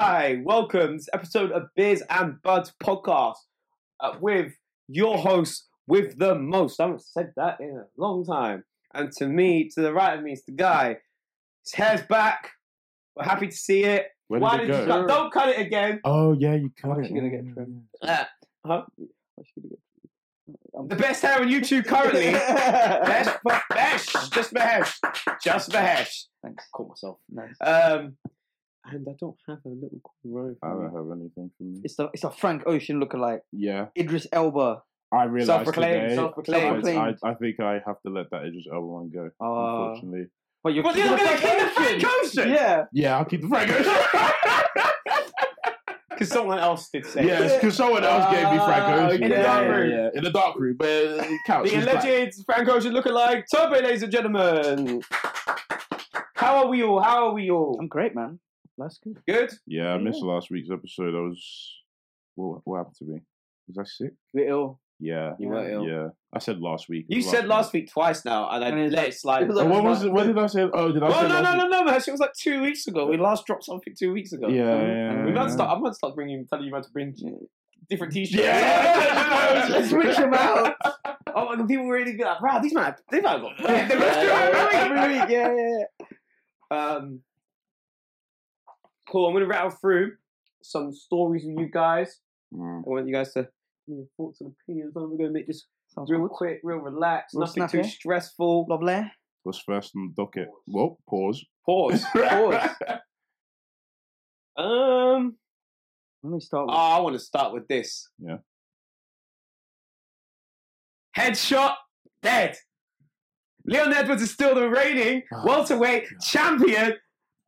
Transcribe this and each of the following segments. Hi, welcome to episode of Beers and Buds podcast uh, with your host with the most. I haven't said that in a long time. And to me, to the right of me, is the guy. His hair's back. We're happy to see it. Where Why did it did you go? cut? Don't cut it again. Oh yeah, you cut I'm it. actually gonna Yeah, get yeah, trimmed. Uh, huh? The best hair on YouTube currently. Best, fu- best, just Mahesh, just Mahesh. Thanks. Uh, Caught myself. Nice. Um, and I don't have a little row. yeah. I don't have anything for me. It's the it's a Frank Ocean lookalike. Yeah, Idris Elba. I realized Self-proclaimed, today. self-proclaimed. I, I, I think I have to let that Idris Elba one go. Uh, unfortunately. but you're But you're keeping not the gonna keep the Frank Frank Ocean. Yeah. Yeah, I'll keep the Frank Ocean. Because someone else did say. yeah, because someone else gave me Frank Ah, Ocean. in the yeah, dark yeah, room. yeah, in the dark room, but uh, it counts. The it's black. alleged Frank Ocean lookalike, Turbo, ladies and gentlemen. How are we all? How are we all? I'm great, man. Life's good. Good. Yeah, I missed last week's episode. I was. What, what happened to me? Was I sick? We're ill. Yeah, You were ill. yeah. I said last week. It You was said last week twice now, and I And it's let like- it slide. it was Oh, like- what was it? When did I say? Oh, did I oh say? no, last no, week? no, no, man! It was like two weeks ago. We last dropped something two weeks ago. Yeah, yeah. We yeah. might start. I'm gonna start bringing, telling you how to bring different t-shirts. Yeah. Let's switch 'em out. Oh my god, people really be like, wow, these might have, they might have got red. They must do it every week." Every week, yeah, yeah, yeah. Um, cool. I'm gonna rattle through some stories with you guys. Mm. I want you guys to give me your thoughts and opinions. on it. We're gonna make this Sounds real good. quick, real relaxed, Real nothing snappy. too stressful. Lovely. What's first on the docket? Well, pause. Pause. Pause. um. Let me start Oh, with I want to start with this. Yeah. Headshot, dead. Leon Edwards is still the reigning Oh, welterweight champion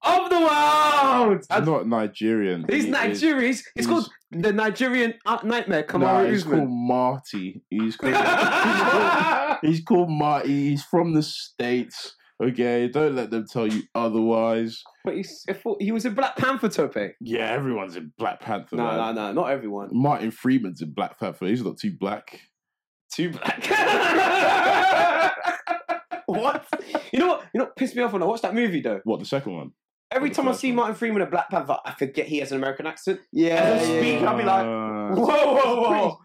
of the world. I'm not Nigerian. He's He is- Nigerians. It's he's- called the Nigerian Art Nightmare. Kamara Nah, he's called Usman. Marty. He's called, he's, called, he's called Marty. He's from the states. Okay, don't let them tell you otherwise. but he's, I thought he was in Black Panther, Tope. Yeah, everyone's in Black Panther. No, no, man. no, not everyone. Martin Freeman's in Black Panther. He's not too black. Too black. what? You know what? You know what pissed me off when I watched that movie though. What the second one? Every The time I first see one. Martin Freeman in Black Panther, I forget he has an American accent. yeah, As a yeah, speaker, yeah. I'll be like, Uh, Whoa, whoa, whoa! Pretty-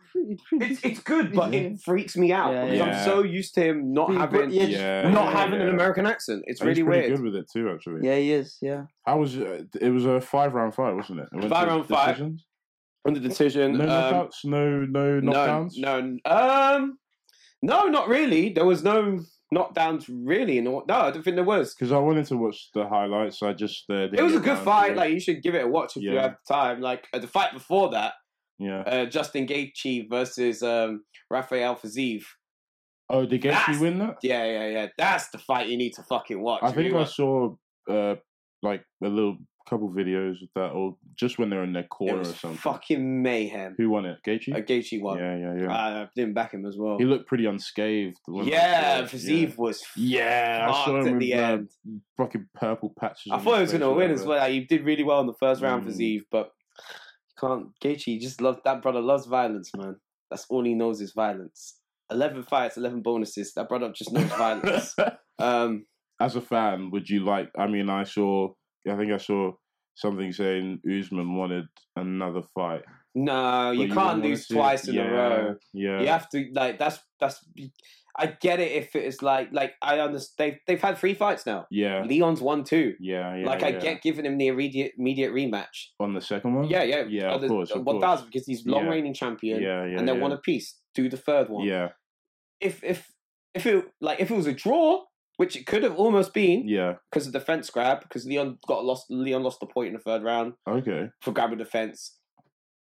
pretty- It's it's good, but Yeah. it freaks me out Yeah, because yeah. I'm so used to him not pretty- having yeah, just- yeah, not yeah, having an yeah. American accent. It's He's really pretty weird. good with it too, actually. Yeah, he is. Yeah. How was uh, it? Was a five round fight, wasn't it? it went Five to round fight. decisions? On the decision, No um, knockouts. No, no no, knockdowns. no, um, no, not really. There was no knockdowns really. In all, no, I don't think there was. Because I wanted to watch the highlights. I just uh, didn't It was a get good around to fight. it. Like you should give it a watch if you Yeah. have time. Like uh, the fight before that, yeah. uh, Justin Gaethje versus um, Rafael Fazeev. Oh, did That's- Gaethje win that? Yeah, yeah, yeah. That's the fight you need to fucking watch. I If you think I want- saw uh, like a little couple videos of that, or just when they're in their it corner or was something. fucking mayhem. Who won it? Gaethje. Uh, Gaethje won. Uh, Yeah, yeah, yeah. I didn't back him as well. he looked pretty unscathed. wasn't he? yeah, Fazeev was Yeah, I saw fucked him uh, at with the the end. fucking purple patches. I on thought he his was going to face or win as whatever. well. Like, he did really well in the first round, Mm. Fazeev, but can't. Gaethje he just loves that brother loves violence, man. That's all he knows is violence. Eleven fights, eleven bonuses. That brother just knows violence. Um, as a fan, would you like? I mean, I saw. I think I saw something saying Usman wanted another fight. no, but you wouldn't can't wanna lose see it. twice in yeah, a row. Yeah, You have to like that's that's. I get it if it's like like I understand. They've, they've had three fights now. yeah, Leon's won two. yeah, yeah. like I yeah. get giving him the immediate immediate rematch. on the second one. Yeah, yeah, Yeah, of Uh, course, of One course. thousand because he's long Yeah. reigning champion, yeah, yeah. and they're yeah. one apiece. Do the third one. Yeah, If if if it like if it was a draw, which it could have almost been yeah. because of the fence grab, because Leon got lost. Leon lost the point in the third round Okay. for grabbing the fence.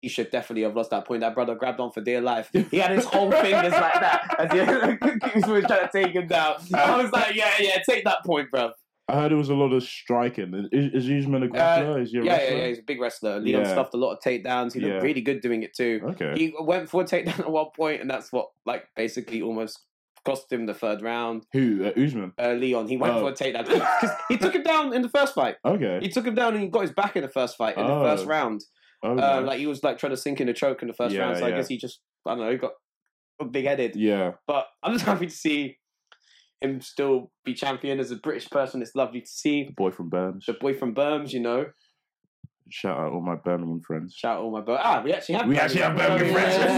He should definitely have lost that point. That brother grabbed on for dear life. He had his whole fingers like that as he, he was trying to take him down. Uh, I was like, yeah, yeah, take that point, bro. I heard it was a lot of striking. Is, is Usman a grappler? is he a Uh, Yeah, yeah, wrestler? yeah. He's a big wrestler. Leon Yeah. stuffed a lot of takedowns. He looked Yeah. really good doing it too. Okay. he went for a takedown at one point, and that's what like basically almost cost him the third round. Who? Uh, Usman. Uh, Leon, he went Oh. for a takedown because he took him down in the first fight. Okay. He took him down and he got his back in the first fight in the Oh. first round. okay. Uh, like he was like trying to sink in a choke in the first Yeah, round. So I yeah. guess he just I don't know he got big headed. yeah. But I'm just happy to see him still be champion as a British person. It's lovely to see The boy from Burns. the boy from Burms. You know, Shout out all my Birmingham friends. Shout out all my Birmingham. Ah, we actually have. We actually have Birmingham friends. friends.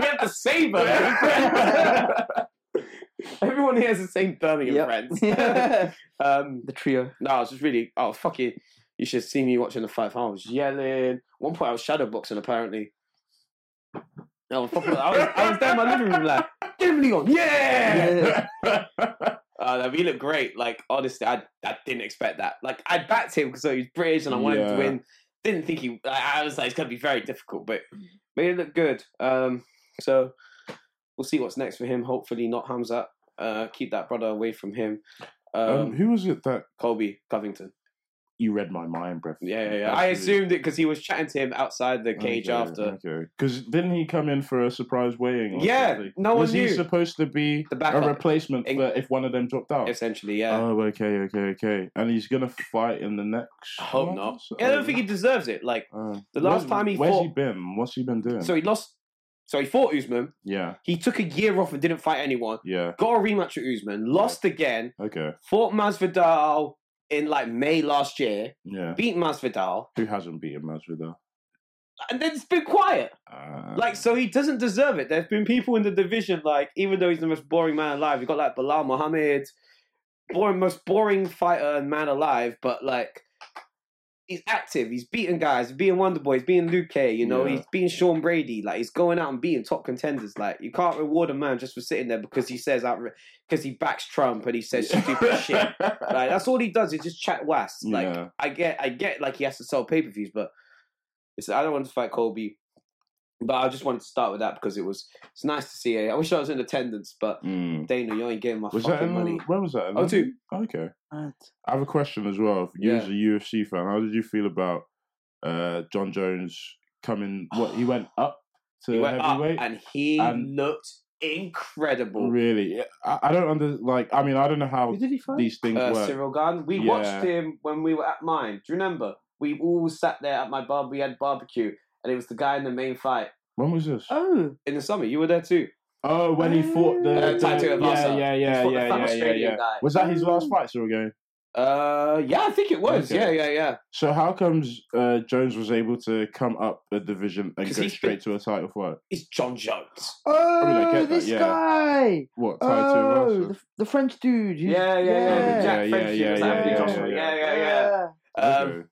we have the same Birmingham friends. Everyone here has the same Birmingham Yep. friends. um, the trio. no, I was just really. Oh fuck it! You should see me watching the fight. I was yelling. At one point, I was shadow boxing. Apparently. I was, proper- I was, I was down in my living room like, get him Leon, yeah! Yeah. Uh, like, he looked great. Like honestly, I I didn't expect that. Like I backed him because he's British and I wanted him Yeah. to win. Didn't think he. I, I was like, it's gonna be very difficult, but but he looked good. Um, so we'll see what's next for him. Hopefully not Hamza. Uh, keep that brother away from him. Um, um, who was it that Colby Covington. you read my mind, bruv? Yeah, yeah, yeah. I assumed it because he was chatting to him outside the cage after Because didn't he come in for a surprise weighing? or Yeah, something? no one was he knew. supposed to be the a backup. replacement Eng- for if one of them dropped out? Essentially, yeah. Oh, okay, okay, okay. And he's gonna fight in the next. I hope one? not. So- I don't think he deserves it. Like Uh, the last where's- time he where's fought, he been? What's he been doing? so he lost. So he fought Usman. yeah, He took a year off and didn't fight anyone. yeah, Got a rematch with Usman. Lost again. okay, Fought Masvidal in like May last year. yeah. Beat Masvidal, Who hasn't beaten Masvidal? and then it's been quiet. Uh, Like so, he doesn't deserve it. There's been people in the division like, even though he's the most boring man alive, you've got like Bilal Muhammad, boring, most boring fighter and man alive, but like. He's active. He's beating guys. He's beating Wonder Boy. He's beating Luke K. You know, Yeah. he's beating Sean Brady. Like he's going out and beating top contenders. Like you can't reward a man just for sitting there because he says because he backs Trump and he says stupid shit. Like that's all he does is just chat was. Like Yeah. I get, I get, like he has to sell pay per views, but it's I don't want to fight Colby. But I just wanted to start with that because it was it's nice to see it. I wish I was in attendance, but Mm. Dana, you ain't getting my Was that fucking in, money. When was that? in Oh, two. London? Okay. Mad. I have a question as well. You Yeah. as a UFC fan, how did you feel about uh, John Jones coming? What he went up to He went up heavyweight? and he and- looked incredible. really? I, I don't under like. I mean, I don't know how Who did he fight? these things uh, work. Cyril Garden. We Yeah. watched him when we were at mine. Do you remember? We all sat there at my bar. We had barbecue, and it was the guy in the main fight when was this? Oh, in the summer. You were there too. Oh, when he fought the, Uh, the- Tattoo yeah, Avasa. yeah, yeah, He fought the yeah, fat yeah, yeah, Australian yeah. guy. Mm. Was that his last fight, Cyril Gane? Uh, yeah, I think it was. Okay. Yeah, yeah, yeah. So how comes uh, Jones was able to come up a division and 'Cause go he's straight to a title fight? It's John Jones. oh, mean, I get that, this yeah. guy. What Oh, title? the, the French dude. who's- Yeah, yeah, yeah. Yeah, Jack yeah, French, he yeah, was yeah, like, yeah, Josh, yeah, yeah, yeah. yeah, yeah. Um,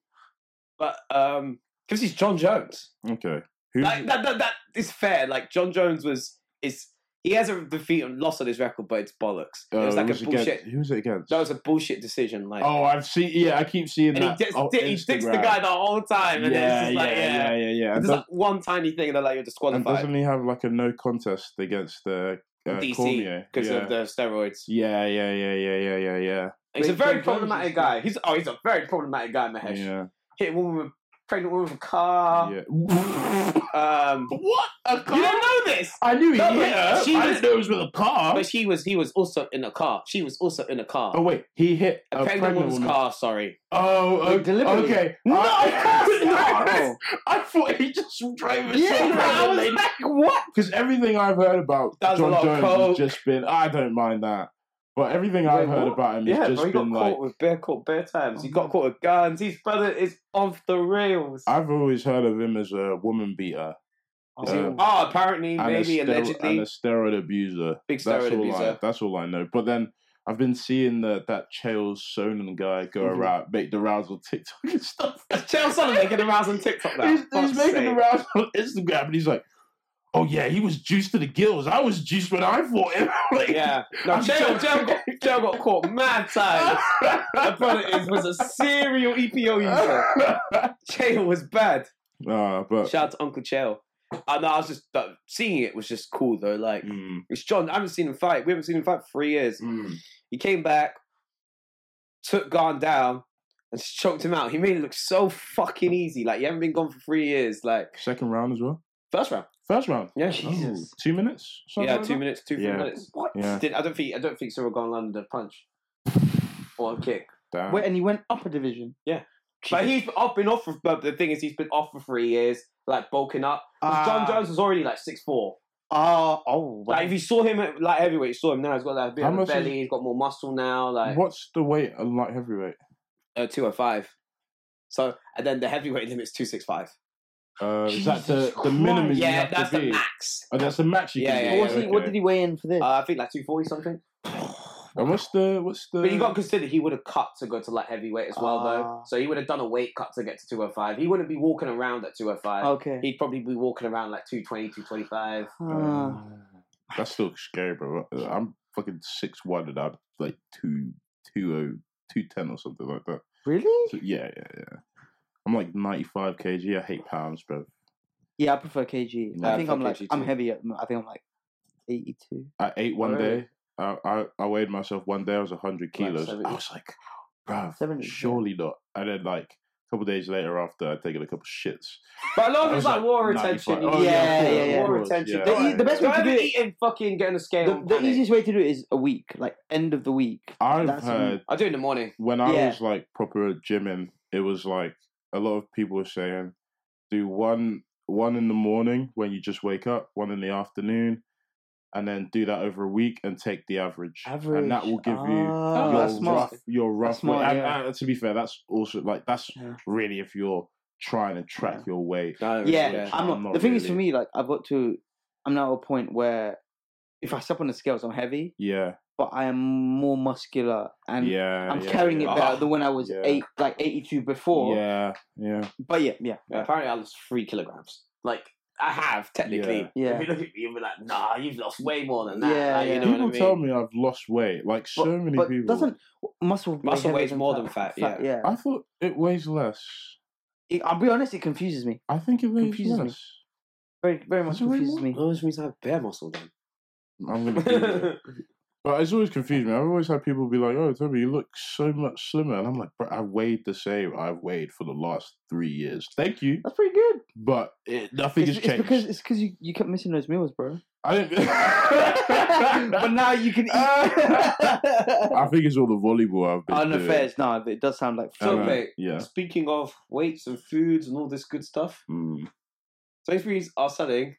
but um, because he's John Jones. okay. okay. Who's, Like that, that, that is fair. Like John Jones was is he has a defeat and loss on his record, but it's bollocks. uh, it was like who's a against- bullshit. Who was it against? That was a bullshit decision. Like, Oh, I've seen. Yeah, I keep seeing and he that. just on di- he dicks the Instagram. guy the whole time, and then yeah, it's just like, yeah, yeah, yeah, yeah, yeah. And, It's does- like one tiny thing, and they're like, you're and disqualified doesn't he have like a no contest against uh, uh, DC Cormier? because yeah. of the steroids. Yeah, yeah, yeah, yeah, yeah, yeah, yeah. He's a Wait, very John Jones problematic is- guy. He's oh, he's a very problematic guy, Mahesh. Yeah. Hit a woman with pregnant woman with a car. yeah. Um, what? A you don't know this. I knew he No, hit but her. she was- I didn't know it was with a car. But she was he was also in a car. She was also in a car. oh wait, he hit a pregnant, woman's woman. car. Sorry. Oh, Wait, okay. deliberately? okay. No, I- of course not. No, I thought he just drove a Yeah, I was like, what? Because everything I've heard about That was a John lot of Jones coke. has just been, I don't mind that. But everything Wait, I've heard what? about him has Yeah, just bro, he got been like, Mm. caught with bare caught bare times. He got caught with guns. His brother is off the rails. I've always heard of him as a woman beater. Is he- um, oh, apparently, and a maybe stero- allegedly, and a steroid abuser. big That's steroid all I. abuser. That's all I know. But then I've been seeing that that Chael Sonnen guy go Mhm. around make the rounds on TikTok and stuff. Chael Sonnen making the rounds on TikTok now. he's he's Fuck's making sake. the rounds on Instagram, and he's like, "Oh yeah, he was juiced to the gills. I was juiced when I fought him." like, Yeah. No, I'm Chael, Chael, joking. got, Chael got caught mad times. My brother is, was a serial EPO user. Chael was bad. Ah, but Shout out to Uncle Chael. I know, I was just uh, seeing it was just cool though. Like Mm, it's John. I haven't seen him fight. We haven't seen him fight for three years. mm. He came back, took Garn down, and choked him out. He made it look so fucking easy. Like you haven't been gone for three years. Like second round as well. first round. First round. Yeah. Oh, two minutes. Something Yeah, like two that? minutes, two three Yeah. minutes. What? Yeah. Did, I don't think I don't think Cyril Garn landed a punch or a kick. Damn. Wait, and he went up a division. But he's off been off. For, but the thing is, he's been off for three years, like bulking up. 'Cause John Ah. Jones was already like six four. Ah, oh, wow. Like if you saw him at like heavyweight, you saw him now. He's got like a bit How of a much is- belly. He's got more muscle now. Like What's the weight on light heavyweight? uh, two hundred five. So and then the heavyweight limit's two six five. Uh, is that the, Jesus the minimum Christ. you Yeah, have that's to the be? max. Oh, that's the max you Yeah, can yeah, do. yeah, What's he, What okay. did he weigh in for this? Uh, I think like two forty something. And what's the what's the? But you got to consider he would have cut to go to light heavyweight as well, though. Ah. So he would have done a weight cut to get to 205. He wouldn't be walking around at 205. okay. He'd probably be walking around like 220, 225. Mm. Ah. Uh, That's still scary, bro. Uh, I'm fucking six one and I'm like two two oh two ten or something like that. really? So, yeah, yeah, yeah. I'm like ninety five kg. I hate pounds, bro. Yeah, I prefer KG. Yeah, I I think I'm prefer like KG I'm too. heavy. at- I think I'm like eighty-two. I ate one Oh, really? day. I, I I weighed myself one day. I was hundred kilos. 70. I was like, bro, 70, yeah. surely not. And then like. A couple days later, after I'd taken a couple shits, But a lot of it's I was like like war 95. retention. Oh, yeah, it's yeah, yeah. War Wars, retention. yeah. Don't The, e- the best way don't to ever do it. eat and fucking get on a scale. The, and the panic. easiest way to do it is a week, like end of the week. I've That's when- heard I do it in the morning. when I Yeah. was like proper gymming, it was like a lot of people were saying, do one one in the morning when you just wake up, one in the afternoon, and then do that over a week and take the average. And that will give you Ah, Oh, your that's smart. rough your rough That's smart, weight. And, yeah. and to be fair, that's also like that's Yeah. really if you're trying to track Yeah. your weight. Yeah, Yeah. I'm not. I'm not the thing is, for really- me, like I've got to. I'm now at a point where, if I step on the scales, I'm heavy, Yeah. but I am more muscular and yeah. I'm yeah, carrying yeah. Ah, it better than when I was Yeah. eight, like 82 before. Yeah, yeah. But yeah, yeah, Yeah, apparently, I lost three kilograms. Like I have technically. Yeah. If you look at me, you'll be like, "Nah, you've lost way more than that." Yeah, Like, you yeah. know people what I mean? tell me I've lost weight. Like so But- many but people. doesn't muscle weigh Muscle heavier weighs more than fat, Yeah, I thought it weighs less. It- I'll be honest, it confuses me I think it weighs Confuses me. less. very, very much. Does it weigh Confuses more? me. Oh, which means I have bear muscle then. I'm gonna Google it. But it's always confused me. I've always had people be like, "Oh, Toby, you look so much slimmer," and I'm like, "Bro, I weighed the same. I've weighed for the last three years. Thank you, That's pretty good. but it, nothing it's, has it's changed." because it's because you, you kept missing those meals, bro. I didn't. but now you can eat. I think it's all the volleyball I've been doing. Unaffairs. No, it does sound like So, And, uh, mate, yeah. Speaking of weights and foods and all this good stuff, Mm. Sainsbury's are selling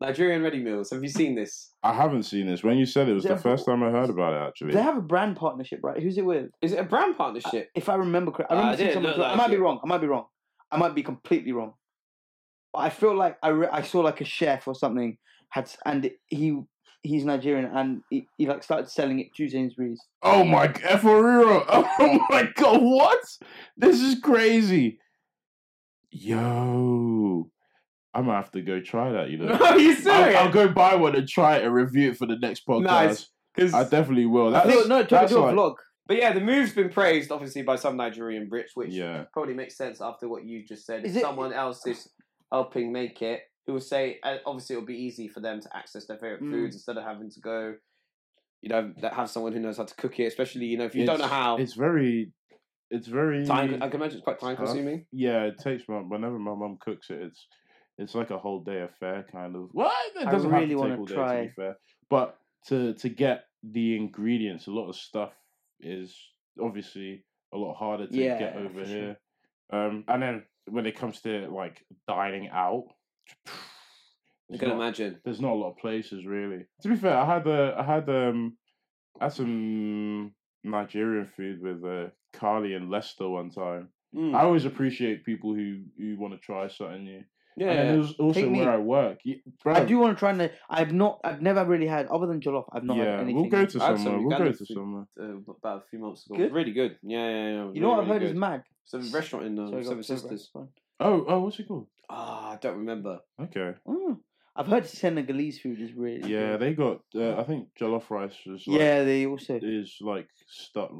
Nigerian ready meals. Have you seen this? I haven't seen this. When you said it, it was They the have- first time I heard about it. Actually, They have a brand partnership, right? Who's it with? Is it a brand partnership? If I remember correctly, I Uh, remember it seeing didn't someone. look I like might be it. wrong. I might be wrong. I might be completely wrong. But I feel like I, re- I saw like a chef or something had s- and he he's Nigerian and he, he like started selling it to Sainsbury's. Oh my g- for real. Oh my god, what? This is crazy. Yo. I'm gonna have to go try that, you know. Are you I'll, I'll serious? go buy one and try it and review it for the next podcast. Nice. 'Cause- I definitely will. I That's, think, no, try to that's do a like- vlog. but yeah, the move's been praised obviously by some Nigerian Brits, which Yeah. probably makes sense after what you just said. Is if it- someone else is helping make it, it will say and obviously it'll be easy for them to access their favorite Mm. foods instead of having to go. You know, that have someone who knows how to cook it, especially you know if you don't know It's- how. It's very it's very Time, I can imagine it's quite time Huh? consuming. Yeah, it takes my whenever my mum cooks it, it's it's like a whole day affair kind of. Well, it I doesn't really have to wanna take all day to try. be fair, but to to get the ingredients, a lot of stuff is obviously a lot harder to get Yeah, over for sure. here. Um, and then when it comes to like dining out, I there's can not, imagine. there's not a lot of places really. To be fair, I had a I had um I had some Nigerian food with uh, Carly and Lester one time. Mm. I always appreciate people who who want to try something new. yeah, and then it was also Take me. where I work. Yeah, I bruv, do want to try and I've not I've never really had other than jollof. I've not had yeah, anything. we'll go to I had some somewhere. We'll go Ugandan to food. somewhere. uh, about a few months ago. Good? Really good. Yeah, yeah, yeah. You know what I've heard really is good. mad. Some restaurant in um, Sorry, go Seven on, sorry, bro. Sisters. Go on. Oh, oh, what's it called? Ah, I don't remember. Okay, Mm. I've heard Senegalese food is really yeah, good. they got. Uh, I think jollof rice is like, yeah, they also. is like stuff.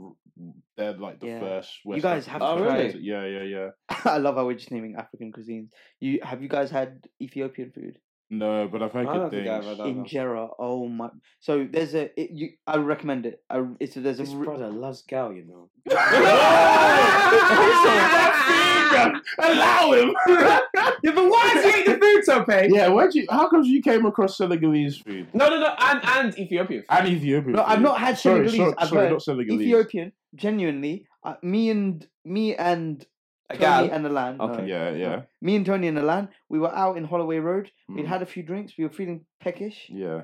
They're like the Yeah. first. West guys have African to try country. Yeah, yeah, yeah. I love how we're just naming African cuisines. You have you guys had Ethiopian food? No, but I've had I good don't think I've things. had that. no. Injera. Oh my! So there's a. It, you, I recommend it. I, it's there's a. This re- brother loves gal, you know. Allow him. yeah, but why is he eating the food so paid? yeah, where'd you? How comes you came across Senegalese food No, no, no, and and Ethiopian. and Ethiopian? no, I've food? not had Sorry, Senegalese. sorry, I've sorry, heard not Senegalese. Ethiopian. Genuinely, uh, me and me and A Tony gal. and Alan. no, Okay. Yeah, yeah, Me and Tony and Alan. We were out in Holloway Road. We'd Mm. had a few drinks. We were feeling peckish, yeah.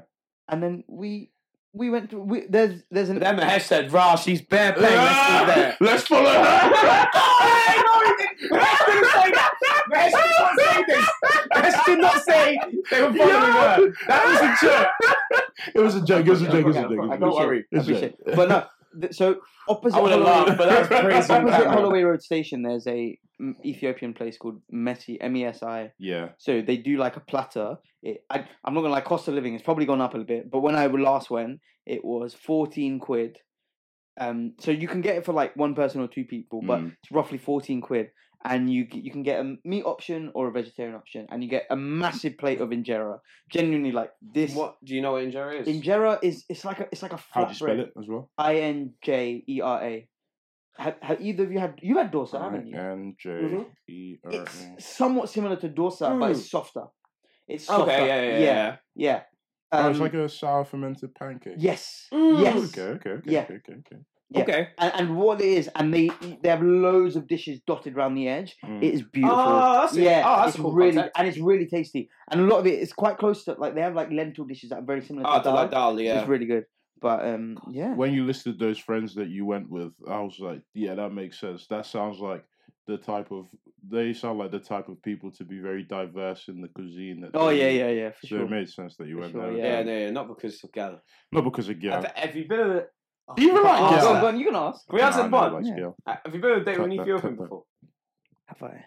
and then we we went to we, there's there's an But then eh? Mahesh said, "Rah, she's bare paying. Let's do that." Let's follow her. Hey, no, he didn't- Mahesh didn't say that. Mahesh did not say this. Mahesh did not say they were following Yeah. her. That was a joke. It was a joke. It was a joke. It was a joke. it was a Don't joke. worry. It's a appreciate, joke. but no, th- so opposite I would've Holloway- laughed, but that was crazy. opposite Batman. Holloway Road Station, there's a mm, Ethiopian place called Mesi M E S I. Yeah. So they do like a platter. It, I, I'm not gonna lie, cost of living it's probably gone up a bit, but when I last went, it was 14 quid. Um, so you can get it for like one person or two people, but Mm. it's roughly 14 quid, and you g- you can get a meat option or a vegetarian option, and you get a massive plate of injera. Genuinely, like this. What do you know what injury is? Injera is it's like a it's like a How flatbread. do you spell it as well? I N J E R A. Have, have either of you had you had dosa, haven't you? E It's I-N-J-E-R-A. somewhat similar to dosa, but Mm. it's softer. It's softer. okay, yeah, yeah, yeah. yeah. Oh, Um, it's like a sour fermented pancake. yes, Mm. Oh, yes, Okay, okay, okay, Yeah. okay, okay, okay. yeah. yeah. Okay. and, and what it is, and they they have loads of dishes dotted around the edge. Mm. It is beautiful. Oh, that's it. yeah, Oh, that's it's a cool really concept. and it's really tasty, and a lot of it is quite close to like they have like lentil dishes that are very similar Oh, to to like dal, Dali, which yeah. is really good. But um, yeah, when you listed those friends that you went with, I was like, yeah, that makes sense. That sounds like the type of they sound like the type of people to be very diverse in the cuisine. That oh they yeah, eat. yeah, yeah, for So sure. it made sense that you For went sure, there. yeah, yeah. no, yeah, not because of Gala. Not because of Have, Gail. have you been on a... Oh, Do you even can like I ask Gala? Go on, that? go on, you can ask. Can we answer I the know bond? it likes Yeah. Gail. Have you been on a date Cut with an that, cut Ethiopian that. before? Have I?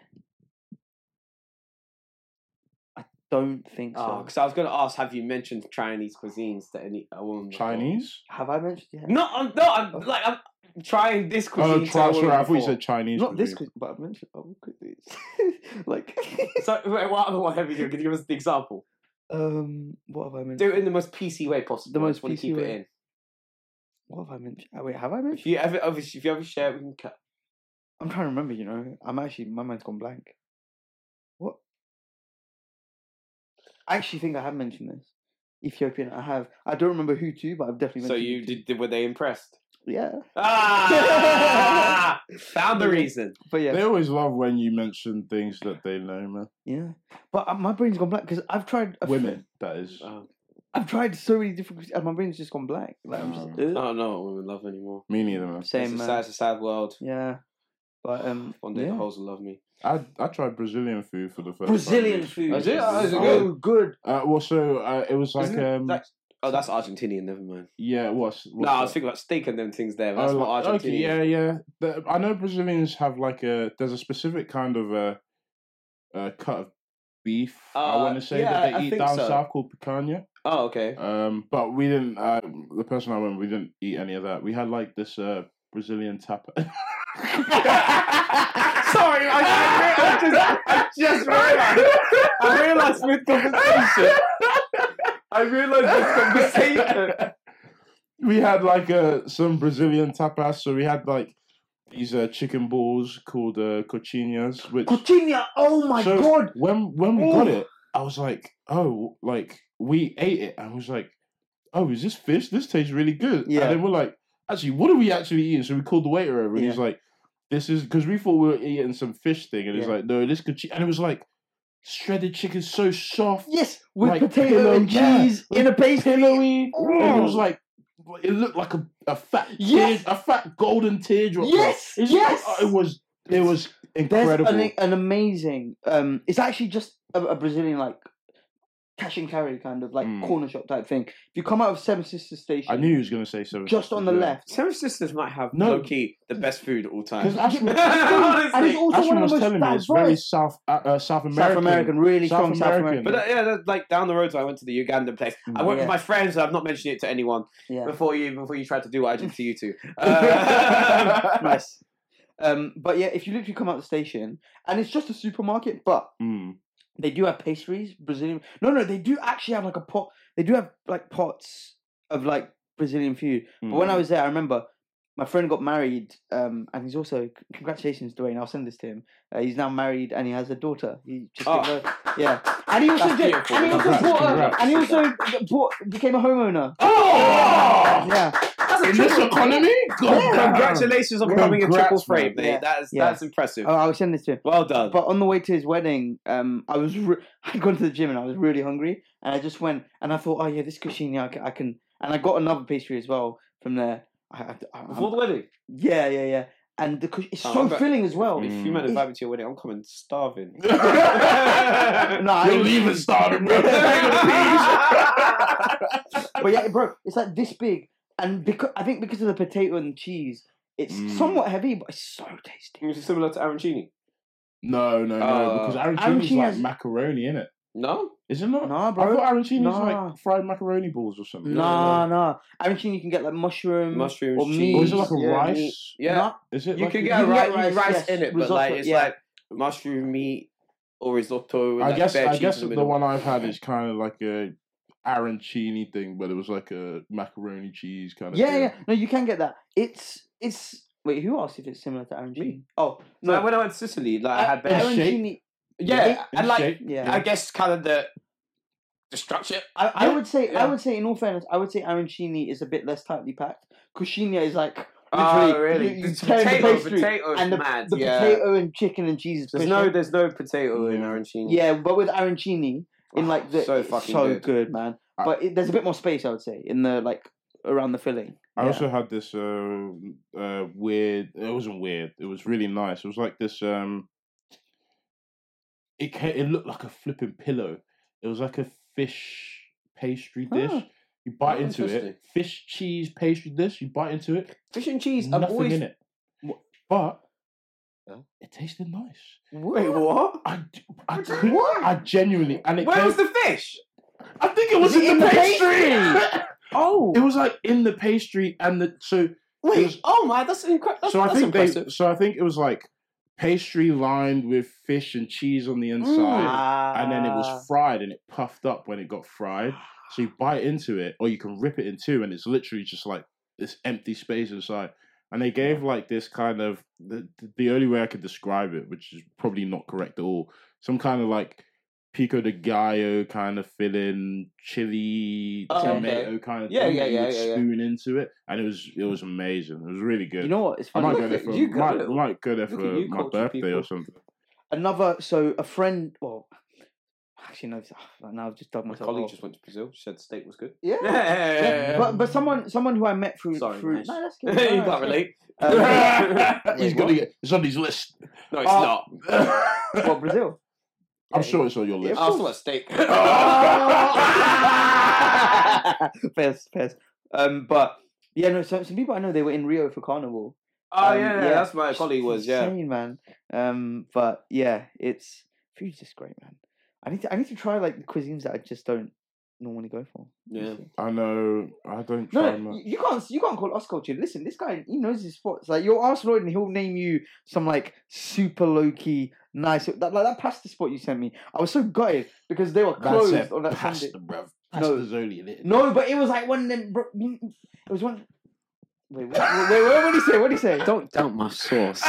I don't think so. Oh, because I was going to ask, have you mentioned Chinese cuisines to any a woman? before? Chinese? Have I mentioned? Yeah. No, I'm no, Oh. I'm like I'm trying this cuisine. Oh, to a try, woman sorry, I thought you before. said Chinese. Not this, cuisine. quiz- but I've mentioned. Oh, quickly. like, So wait, what other one have you done? Can you give us the example? um, what have I mentioned? Do it in the most PC way possible. The I just most wanna PC keep way. It in. What have I mentioned? Oh, wait, have I If mentioned? you ever, obviously, if you ever share, it, we can cut. I'm trying to remember. You know, I'm actually my mind's gone blank. What? I actually think I have mentioned this. Ethiopian, I have. I don't remember who to, but I've definitely. So mentioned you Hutu. did, did? Were they impressed? Yeah, Ah, found the reason. but yeah, They always love when you mention things that they know, man. yeah. But uh, my brain's gone blank because I've tried a f- uh, Women, that is. Oh, I've tried so many different, cuis- and my brain's just gone blank. Like I'm just. I uh, don't know what women love anymore. Me neither, man. Same. it's, a man. sad, it's a sad world. Yeah. But um, One day yeah. the holes will love me. I I tried Brazilian food for the first time. Brazilian It's- food. Is it? Oh, is it Oh, good. Uh, well, so uh, it was like Isn't um, that- Oh, that's Argentinian. Never mind. yeah, it was. No, I was thinking about steak and them things there. But that's Oh, not like- Argentinian. okay, yeah, yeah. The- I know Brazilians have like a there's a specific kind of a, a cut of beef. I Uh, want to say yeah, that they I eat think down so. south called picanha. Oh, okay. Um, but we didn't. Uh, the person I went, with, we didn't eat any of that. We had like this uh Brazilian tapa. Sorry, I, I, re- I just, I just realized. I realized with conversation. I realized with conversation. we had like uh, some Brazilian tapas. So we had like these uh, chicken balls called uh, cochinas, which Coutinho. Oh my So- god. Oh. when when we got Ooh. it, I was like, oh, like we ate it. and I was like, oh, is this fish? This tastes really good. Yeah. And then we're like, actually, what are we actually eating? So we called the waiter over, and he's like, this is because we thought we were eating some fish thing, and he's Yeah. like, no, this could. Che-. And it was like shredded chicken, so soft, Yes, with Like potato pillow, and yeah, cheese in a pastry. pillowy. and it was Mm. like. It looked like a, a fat Yes. tear, a fat golden teardrop. bro. Yes, It's- oh, yes. It was it was There's incredible. an, e an amazing. Um, it's actually just a, a Brazilian like cash and carry kind of like Mm. corner shop type thing. If you come out of Seven Sisters Station, I knew he was gonna say so. just on the left. Seven Sisters might have No. low key the best food at all time. Because Ashman, and it's Honestly. also Ashman one of was the telling me most it's very diverse. South uh, uh, South American. South American, really South strong South American. American. But uh, yeah, that's like down the road, so I went to the Ugandan place. I went with Yeah. my friends. I've not mentioned it to anyone Yeah, before you. Before you tried to do what I did to you two. Uh, nice. Um, but yeah, if you literally come out the station, and it's just a supermarket, but Mm. They do have pastries, Brazilian. No, no, they do actually have like a pot. They do have like pots of like Brazilian food. mm. But when I was there, I remember my friend got married, um, and he's also congratulations, Dwayne. I'll send this to him. Uh, he's now married and he has a daughter. He just gave Oh. birth- yeah, and he also That's did, beautiful. and he also Congrats, bought, a, congrats. and he also bought, became a homeowner. oh, Yeah, that's a in this triple. economy, God. Congratulations on becoming a triple Congrats, frame, man. mate. That is Yeah. that's impressive. oh, I'll send this to him. Well done. But on the way to his wedding, um, I was re- I'd gone to the gym and I was really hungry, and I just went and I thought, oh yeah, this cushini I can, I can and I got another pastry as well from there. I, I, I, I'm- Before the wedding. yeah, yeah, yeah. And the cou- it's Oh, so but- filling as well. If you Mm. men invite me to your wedding, I'm coming starving. no, I You're ain't- leaving starving, bro. but yeah, bro, it's like this big, and because I think because of the potato and cheese, it's Mm. somewhat heavy, but it's so tasty. Which is similar to arancini. no, no, no, Uh, because arancini's arancini like has- macaroni, innit? No? Is it not? Nah, Mm. I bro. thought arancini's Nah. like fried macaroni balls or something. Nah, nah. I think you can get like mushroom, Mushrooms, or cheese. meat. Or is it like a Yeah, rice? Mm. meat. Yeah. Nah, Is it? You like can a- get you can rice, get rice, rice, yes, in it, but risotto, like it's yeah. like mushroom meat or risotto. With, I like, guess bare I cheese guess in the, the, middle. one I've had is kind of like a arancini thing, but it was like a macaroni cheese kind of. Yeah, thing. yeah. No, you can get that. It's it's. Wait, who asked if it's similar to arancini? Oh No, no, when I went to Sicily, like I, had in bare, shape. arancini. yeah, In and like shape. Yeah, I guess kind of the the structure. I, I Yeah, would say yeah. I would say in all fairness, I would say arancini is a bit less tightly packed. Cuscina is like literally Oh, really? you, you The tear the potato- pastry potato is and the, mad, the yeah. potato and chicken and cheese. is There's pushing. no, there's no potato in Yeah. arancini. yeah, but with arancini in like the so it's fucking so good. Ah. good, man. I- But it, there's a bit more space, I would say, in the like around the filling. I Yeah. also had this uh, uh, weird. It wasn't weird. It was really nice. It was like this. Um, it ca- it looked like a flipping pillow. It was like a fish pastry dish. Huh. You bite Oh, into interesting. it, fish cheese pastry dish. You bite into it, Fish and cheese. I've nothing always. in it. But Huh? it tasted nice. Wait, what? I, d- I, What? could, I genuinely and it Where came- was the fish? I think it was, Was it in, in the the pastry. Oh, it was like in the pastry and the so Wait, was- oh my, that's incredible. so I that's think impressive. they so I think it was like pastry lined with fish and cheese on Mm. the inside, Ah. and then it Ah. was fried and it puffed up when it got fried. So you bite into it, or you can rip it in two, and it's literally just like this empty space inside. And they gave like this kind of the the only way I could describe it, which is probably not correct at all, some kind of like pico de gallo kind of filling, chili Oh, okay. tomato kind of Yeah, thing yeah, that you yeah, would yeah, Mm. yeah. spoon into it, and it was it was amazing. It was really good. You know what? It's I funny. might Look go there at for you might, go. might go there Look for at you my cultured birthday people. or something. another so a friend well actually no ah, now i've just dug Oh My myself colleague off. just went to Brazil. She said steak was good. yeah but but someone someone who i met through Sorry, through Mash. no, that's you good. can't No, no, that's good. relate. Um, He's Wait, gonna what? get it's on his list. No, it's Oh. not. what brazil I'm sure it's on your I list. also want steak. Oh. fair fair um but yeah no so, some people i know they were in rio for carnival Oh Um, yeah, yeah, yeah. that's my colleague It's was. Yeah, insane, man um but yeah it's food's just great man i need to i need to try like the cuisines that i just don't normally go for yeah. I know. I don't No, try no, much. you you can't you can't call us cultured. Listen, this guy he knows his spots. Like you'll ask Lloyd and he'll name you some like super low key nice that like that pasta spot you sent me. I was so gutted because they were closed That's on it. that Pasta, Sunday. bruv. No. Pasta's only in it. No, but it was like one of them. bro- It was one. Wait, wait, wait, wait, what did he say? What did he say? Don't doubt my source.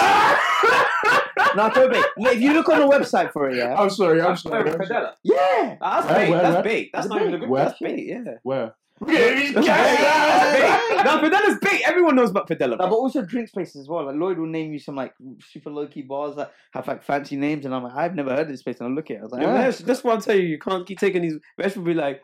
no, Toby. If you look on the website for it, yeah, I'm sorry. I'm That's sorry. I'm sorry. Cadella. yeah. That's Where, big. where, That's where? big. That's Is it not even a big? good. Where? That's big. Yeah. Where? That's big. That's big. No, Padella's big. Everyone knows about Padella. No, bro. but also drinks places as well. Like Lloyd will name you some like super low key bars that have like fancy names, and I'm like, I've never heard of this place. And I look at it, I was like, Yeah, "Ah." but that's, that's why I'm telling you, you can't keep taking these. Mesh will be like,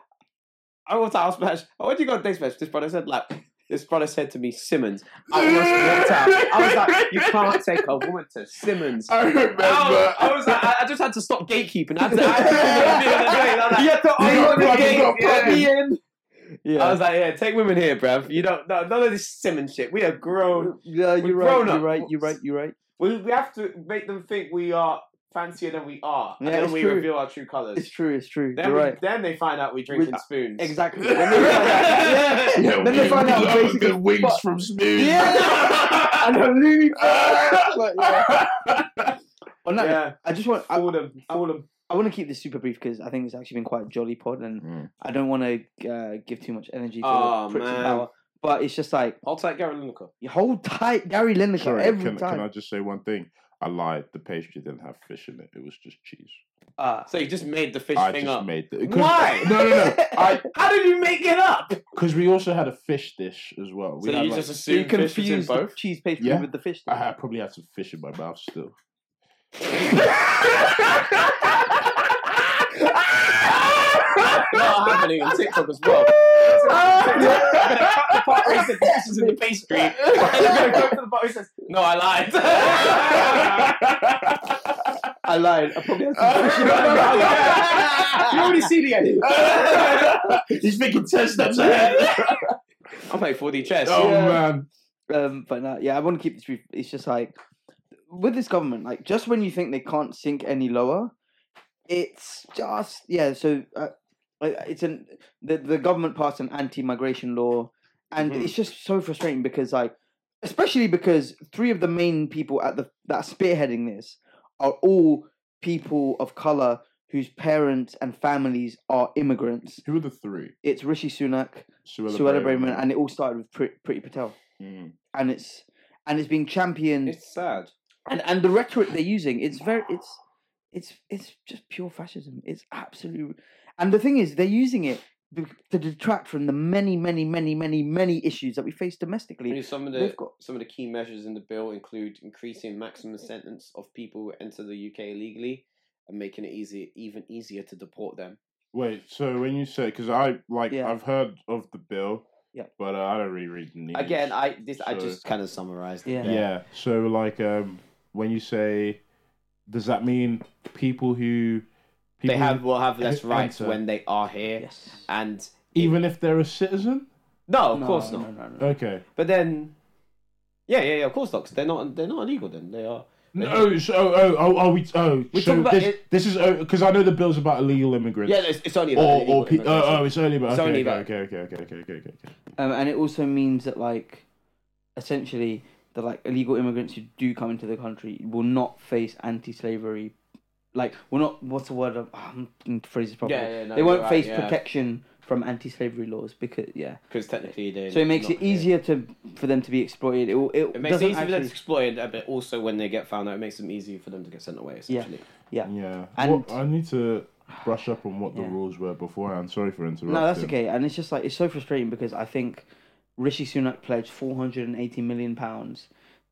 I want to house smash. Oh, what you got next, Mesh? This brother said, like, this brother said to me, Simmons. I almost walked out. I was like, you can't take a woman to Simmons. I remember. I was, Oh, I was like, I, I just had to stop gatekeeping. I had to, I had to You yeah, I You got was plugged, you got yeah. plugged me in. yeah. I was like, yeah, take women here, bruv. You don't, no, none of this Simmons shit. We are grown. "Oh, Yeah, We're you're right. grown You're up. right. You're right. You're right. We, we have to make them think we are fancier than we are. And Yeah, then it's we true. reveal our true colours. It's true. It's true. Then, you're we, right. then they find out we drinking spoons. Exactly. When they find out- yeah. Yeah, Then they find out love a basically- good wings but- from Smooth. Yeah. and her loony. Like, yeah. On that, Yeah, I just want. I, all them, all them. I want to keep this super brief because I think it's actually been quite a jolly pod, and Mm. I don't want to uh, give too much energy to Aw, the pricks in man. power. But it's just like I'll take Gary Lineker. you hold tight, Gary Lineker Sorry, every can, time. can I just say one thing? I lied. The pastry didn't have fish in it. It was just cheese. Ah. So you just made the fish I thing just up. made the. 'cause- Why? No, no, no. I How did you make it up? because we also had a fish dish as well. We so had you like- just so you assumed fish was in confuse the both. cheese pastry Yeah. with the fish. I had, probably had some fish in my mouth still. Not happening on TikTok as well. the part where he said the cheese is in the pastry. And then go to the part where he says, "No, I lied." I lied. I probably had some bullshit on my you mind. already see the edit. He's making chestnuts ahead. I'm like 4D chess. Oh Yeah. man. Um, but no, yeah, I want to keep this brief. It's just like with this government, like just when you think they can't sink any lower, it's just yeah. So uh, uh, it's an the the government passed an anti-migration law, and Mhm. it's just so frustrating because like especially because three of the main people at the that are spearheading this are all people of color whose parents and families are immigrants. Who are the three? It's Rishi Sunak, Suella Suella Braverman, and it all started with Pri- Pretty Patel Mm. and it's and it's being championed It's sad. and and the rhetoric they're using it's very it's it's it's just pure fascism it's absolute and the thing is they're using it b- to detract from the many many many many many issues that we face I domestically mean, some of the we've got some of the key measures in the bill include increasing maximum sentence of people who enter the UK illegally and making it easy, even easier to deport them. Wait, so when you say because I like Yeah. I've heard of the bill, Yeah. but uh, I don't really read the news. Again, I this I So- just kind of summarized. it Yeah. yeah. there. So like, um, when you say, does that mean people who people they have will have less who rights enter- when they are here, yes and even if they're a citizen? no, of course No, not. no, no, no. Okay. But then, yeah, yeah, yeah, of course not. they they're not they're not illegal. Then they are. No, oh, so, oh, oh, oh, are we, oh, We so talk about this, it- this is because I know the bill's about illegal immigrants. Yeah, it's, it's only about or, illegal or pe- immigrants. oh, oh, it's only about. It's okay, only okay, about- okay, okay, okay, okay, okay, okay, okay. um, and it also means that like essentially the like illegal immigrants who do come into the country will not face anti-slavery like will not what's the word I'm- i'm going to phrase this properly yeah, yeah, no, they you're won't right, face yeah. protection from anti-slavery laws because yeah because technically they. so it makes it easier to for them to be exploited it, will- it, It makes it doesn't easier for them actually- to exploit, uh, but also when they get found out, it makes them easier for them to get sent away. Yeah. Essentially, yeah Yeah. And- What- I need to brush up on what the Yeah. rules were beforehand. Sorry for interrupting. no that's okay and it's just like it's so frustrating because i think rishi sunak pledged 480 million pounds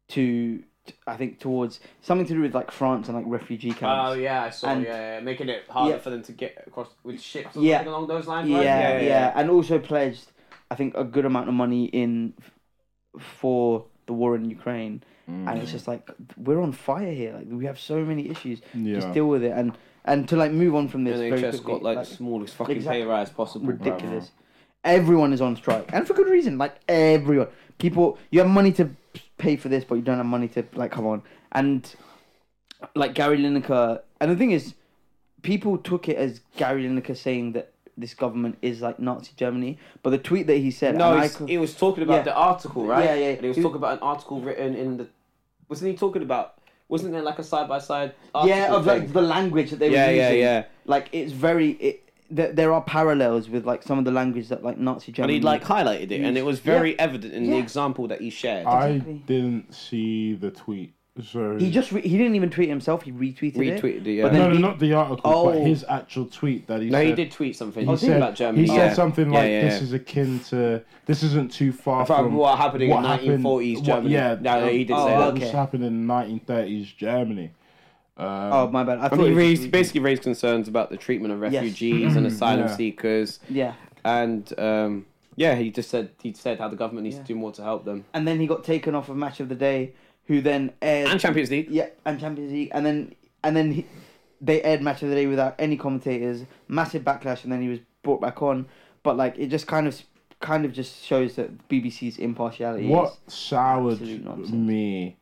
to i think towards something to do with like france and like refugee camps Oh yeah, I saw. And- yeah, yeah, making it harder Yeah. for them to get across with ships. Or Yeah. something along those lines. yeah, right? yeah, and also pledged, I think, a good amount of money in f- for the war in Ukraine, Mm. and Mm. it's just like we're on fire here. Like we have so many issues. Yeah. Just deal with it, and and to like move on from this. very NHS quickly, got like, the smallest fucking Exactly. pay rise possible. bruv. ridiculous. Everyone is on strike, and for good reason. Like everyone, people, you have money to pay for this, but you don't have money to like come on. And like Gary Lineker, and the thing is, people took it as Gary Lineker saying that this government is like Nazi Germany, but the tweet that he said, No, and I he's- could- he was talking about Yeah. the article, right? Yeah, yeah. And he was He- talking about an article written in the. Wasn't he talking about? Wasn't there like a side by side? yeah, of like the language that they Yeah, were yeah, using. yeah. Like it's very it. There, there are parallels with like some of the language that like Nazi But Germany. he like highlighted it, and it was very evident in the Yeah. example that he shared. I Exactly. didn't see the tweet. So he just re- he didn't even tweet it himself. He retweeted it. Retweeted it, yeah. But no, then no, he- not the article, Oh. but his actual tweet that he no, said. he did tweet something. He said, about Germany. he yeah. said something Yeah, like, yeah, "This yeah. is akin to this isn't too far From from what happened in what happened- 1940s what- Germany." yeah, uh, No, no, he did Oh, say that. What was okay. happening in 1930s Germany? Um, Oh my bad. I I thought mean, he it was raised, basically raised concerns about the treatment of Yes. refugees and asylum Mm-hmm. Yeah. seekers, yeah. and um, yeah, he just said he said how the government needs to Yeah. do more to help them. And then he got taken off of match of the day. Who then aired And Champions League. yeah and Champions League and then and then he, they aired match of the day without any commentators. Massive backlash and then he was brought back on. But like it just kind of kind of just shows that BBC's impartiality. what is- soured absolute nonsense. me?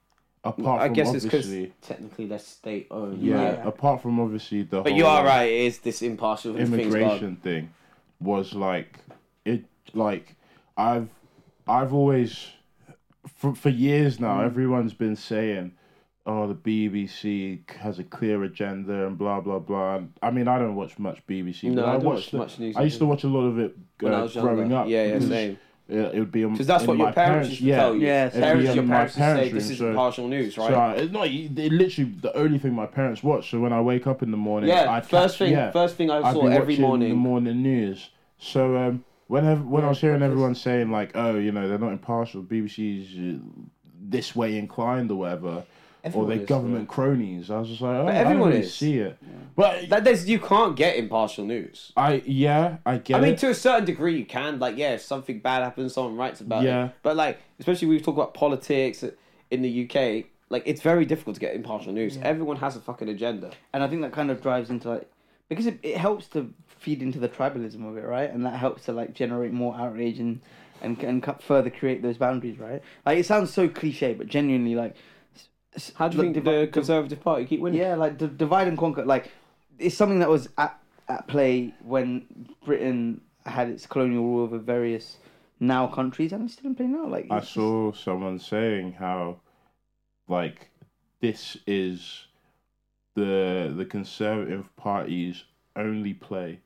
Apart I from guess it's because obviously, technically they're state owned. yeah, Yeah. Apart from obviously the But whole, you are like, right. It is this impartial things about immigration thing was like it like i've i've always for, for years now Mm. everyone's been saying oh the bbc has a clear agenda and blah blah blah And i mean i don't watch much bbc No, but I i, don't watched watch much news i used to watch a lot of it uh, when I was growing younger. up Yeah, yeah, because, same. uh, it would be on Because that's in what your my parents used to yeah tell you. Yeah, it'd be Parents, on your my parents, would parents' say this room, is so- impartial news, right? so I, it's not it literally the only thing my parents watch so when i wake up in the morning yeah, I'd first catch- thing, yeah. first thing I I've saw been every watching the morning. morning news. So um, whenever when I was hearing everyone saying like, oh, you know, they're not impartial, BBC's uh, this way inclined or whatever, or Everyone they're is, government cronies. I was just like, oh, I don't everyone really is. see it. But That there's you can't get impartial news. I, yeah, I get I mean, it. to a certain degree, you can. Like, yeah, if something bad happens, someone writes about Yeah. it. But like, especially we talk about politics in the UK. Like, it's very difficult to get impartial news. Everyone has a fucking agenda. and I think that kind of drives into like because it, it helps to feed into the tribalism of it, right? And that helps to like generate more outrage and and and cut, further create those boundaries, right? Like it sounds so cliche, but genuinely, like s- s- How do you look, think divi- the Conservative Party keep winning? yeah, like d- divide and conquer, like it's something that was at at play when Britain had its colonial rule over various now countries, and it's still in play now. Like I it's just- saw someone saying how, like, this is the the Conservative Party's only play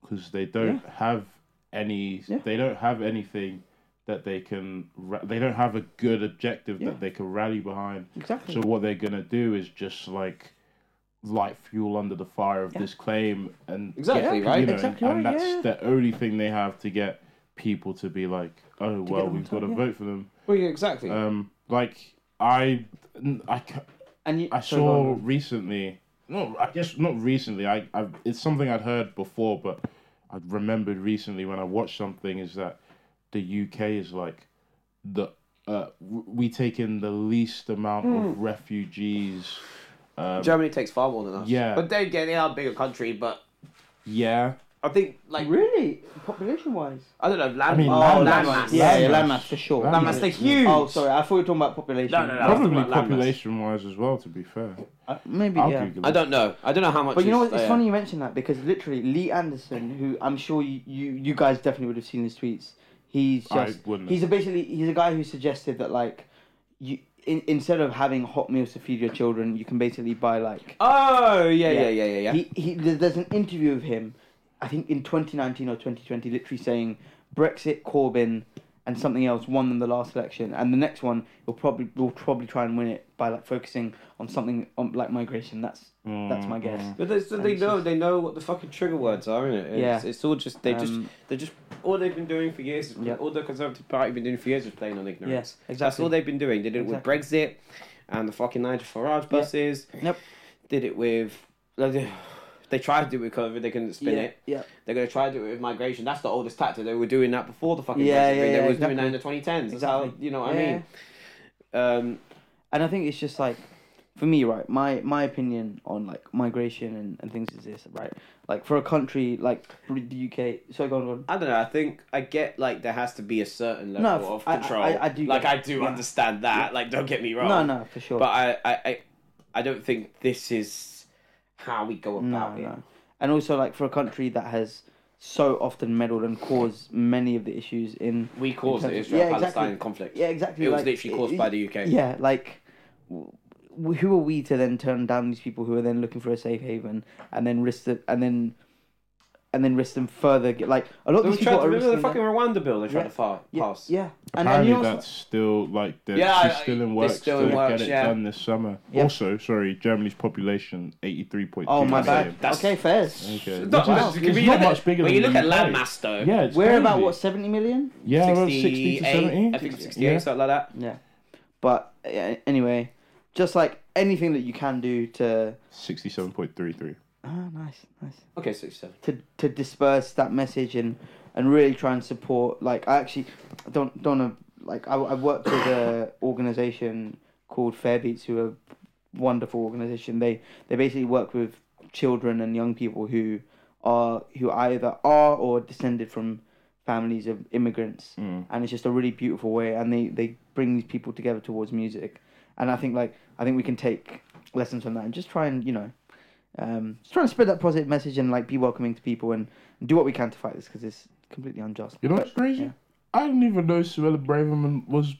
because they don't have any. Yeah. They don't have anything that they can. ra- They don't have a good objective Yeah. that they can rally behind. exactly. So what they're gonna do is just like light fuel under the fire of Yeah. this claim and Exactly, get- right? you know, Exactly and, and right, that's yeah. the only thing they have to get people to be like, oh well, them on we've got to top, yeah. vote for them. Well, yeah, exactly. Um, like I, I, ca- and you, I sorry, go on, saw go on. recently. No, I guess not recently. I, I it's something I'd heard before, but I remembered recently when I watched something is that the UK is like the uh, w- we take in the least amount Hmm. of refugees. Um, Germany takes far more than us. yeah. But then again, they are a bigger country. But yeah, I think, like, really population wise. I don't know, land, mean, oh, landmass. landmass. Yeah, yeah, Landmass. landmass for sure. Landmass. Landmass, they're huge. Oh, sorry, I thought you were talking about population. No, no, no. probably about landmass. population-wise as well. To be fair, Uh, maybe I'll yeah. Google I it. don't know. I don't know how much. But you know is- what? It's yeah. funny you mentioned that because literally Lee Anderson, who I'm sure you, you, you guys definitely would have seen his tweets. He's I just wouldn't he's a basically he's a guy who suggested that like you in, instead of having hot meals to feed your children, you can basically buy like Oh yeah, yeah, yeah, yeah, yeah. He, he, there- there's an interview of him, I think in 2019 or 2020, literally saying Brexit, Corbyn, and something else won them the last election, and the next one will probably will probably try and win it by like focusing on something on like migration. That's that's my guess. But they, so And they it's know just- they know what the fucking trigger words are, innit? It's, Yeah. it's all just they just Um, they just all they've been doing for years. Is, Yeah. All the Conservative Party been doing for years is playing on ignorance. Yes, That's exactly. all they've been doing. They did it with Brexit and the fucking Nigel Farage buses. Yep. Did it with. They tried to do it with COVID. They couldn't spin yeah, it. yeah, They're gonna try to do it with migration. That's the oldest tactic. They were doing that before the fucking Yeah, Brexit thing. yeah, They yeah, were doing exactly. that in the twenty tens. That's how Exactly. you know what Yeah. I mean. Um, and I think it's just like for me, right? My my opinion on like migration and, and things is this, right? Like for a country like the UK, so go on, go on. I don't know. I think I get like there has to be a certain No, level of I- I- control. I- I do Like get- I do yeah. understand that. Like don't get me wrong. No, no, for sure. But I, I, I, I don't think this is how we go No, about it. no. And also, like, for a country that has so often meddled and caused many of the issues in. We caused the terms of- Israel-Palestine conflict. Yeah, exactly. It was like, literally it- caused by the UK. Yeah, like, w- w- who are we to then turn down these people who are then looking for a safe haven and then risk the, and then. And then risk them further. Get, like a lot They of were these trying people to are remember the risking fucking their- Rwanda bill. They tried Yeah, to fa- yeah, pass. Yeah, and, and Apparently you know that's what's- still like the, Yeah, she's still in it's works still still in works, get it yeah. done this summer. Yeah. Also, sorry, Germany's population eighty three point two. oh my That's- bad. that's- Okay, fairs. Okay. No, Which is- wow. it's When you not look at- much bigger When you than look at the UK. landmass though, Yeah, it's We're about crazy. what seventy million? Yeah, around 60 to 68, 70. I think 68, Yeah. something like that. Yeah, but uh, anyway, just like anything that you can do to Sixty-seven point three three. Ah, nice, nice. Okay, 67. To to disperse that message and and really try and support. Like I actually don't don't know. Like I I worked with a organization called Fairbeats, who are a wonderful organization. They they basically work with children and young people who are who either are or descended from families of immigrants and it's just a really beautiful way and they, they bring these people together towards music and i think like i think we can take lessons from that and just try and you know um, just try and spread that positive message and like be welcoming to people and do what we can to fight this because it's completely unjust You know what's crazy? Yeah. I didn't even know Suella Braverman was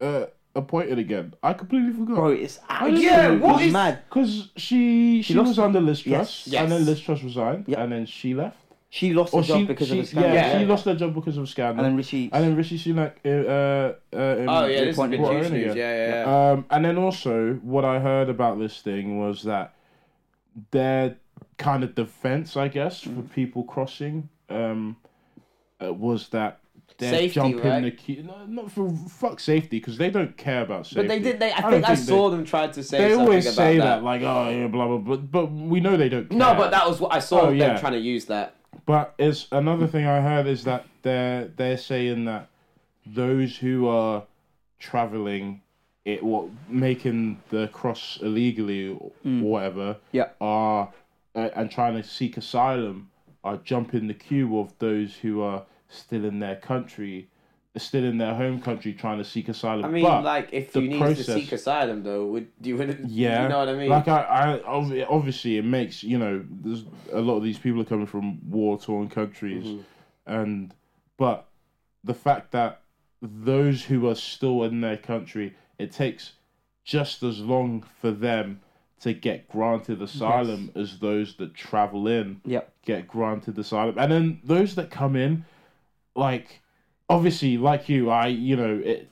uh, appointed again. I completely forgot. bro it's didn't actually Yeah, what is- mad Because she she lost- was under Liz Truss, Yes. Yes. and then Liz Truss resigned, Yeah. and then she left. she lost her Or job she, because she, of a scandal Yeah, she Yeah. lost her job because of a scandal. and then rishi And then Rishi Sunak. Uh, uh, uh, Oh yeah, this has appointed been brought her huge in news. again. Yeah, yeah, yeah. Um, and then also, what I heard about this thing was that their Mm-hmm. kind of defense, I guess, for people crossing um, uh, was that they're Safety, jumping right? the key. No, not for fuck safety because they don't care about safety. But they did. They, I, I think don't I think saw them try to say They something always about say that. that. like, oh, yeah, blah blah. But but we know they don't. Care. No, but that was what I saw Oh, them yeah. trying to use that. But it's another thing I heard is that they're they're saying that those who are traveling it what making the cross illegally or Mm. whatever Yeah. are uh, and trying to seek asylum are jumping the queue of those who are still in their country still in their home country trying to seek asylum I mean, But- like if the you need to process- seek asylum, though, would you would yeah, you know what I mean? Like I, I obvi- obviously it makes you know there's a lot of these people are coming from war torn countries, Mm-hmm. and but the fact that those who are still in their country, it takes just as long for them to get granted asylum as those that travel in Yep. get granted asylum, and then those that come in, like obviously like you, I you know it.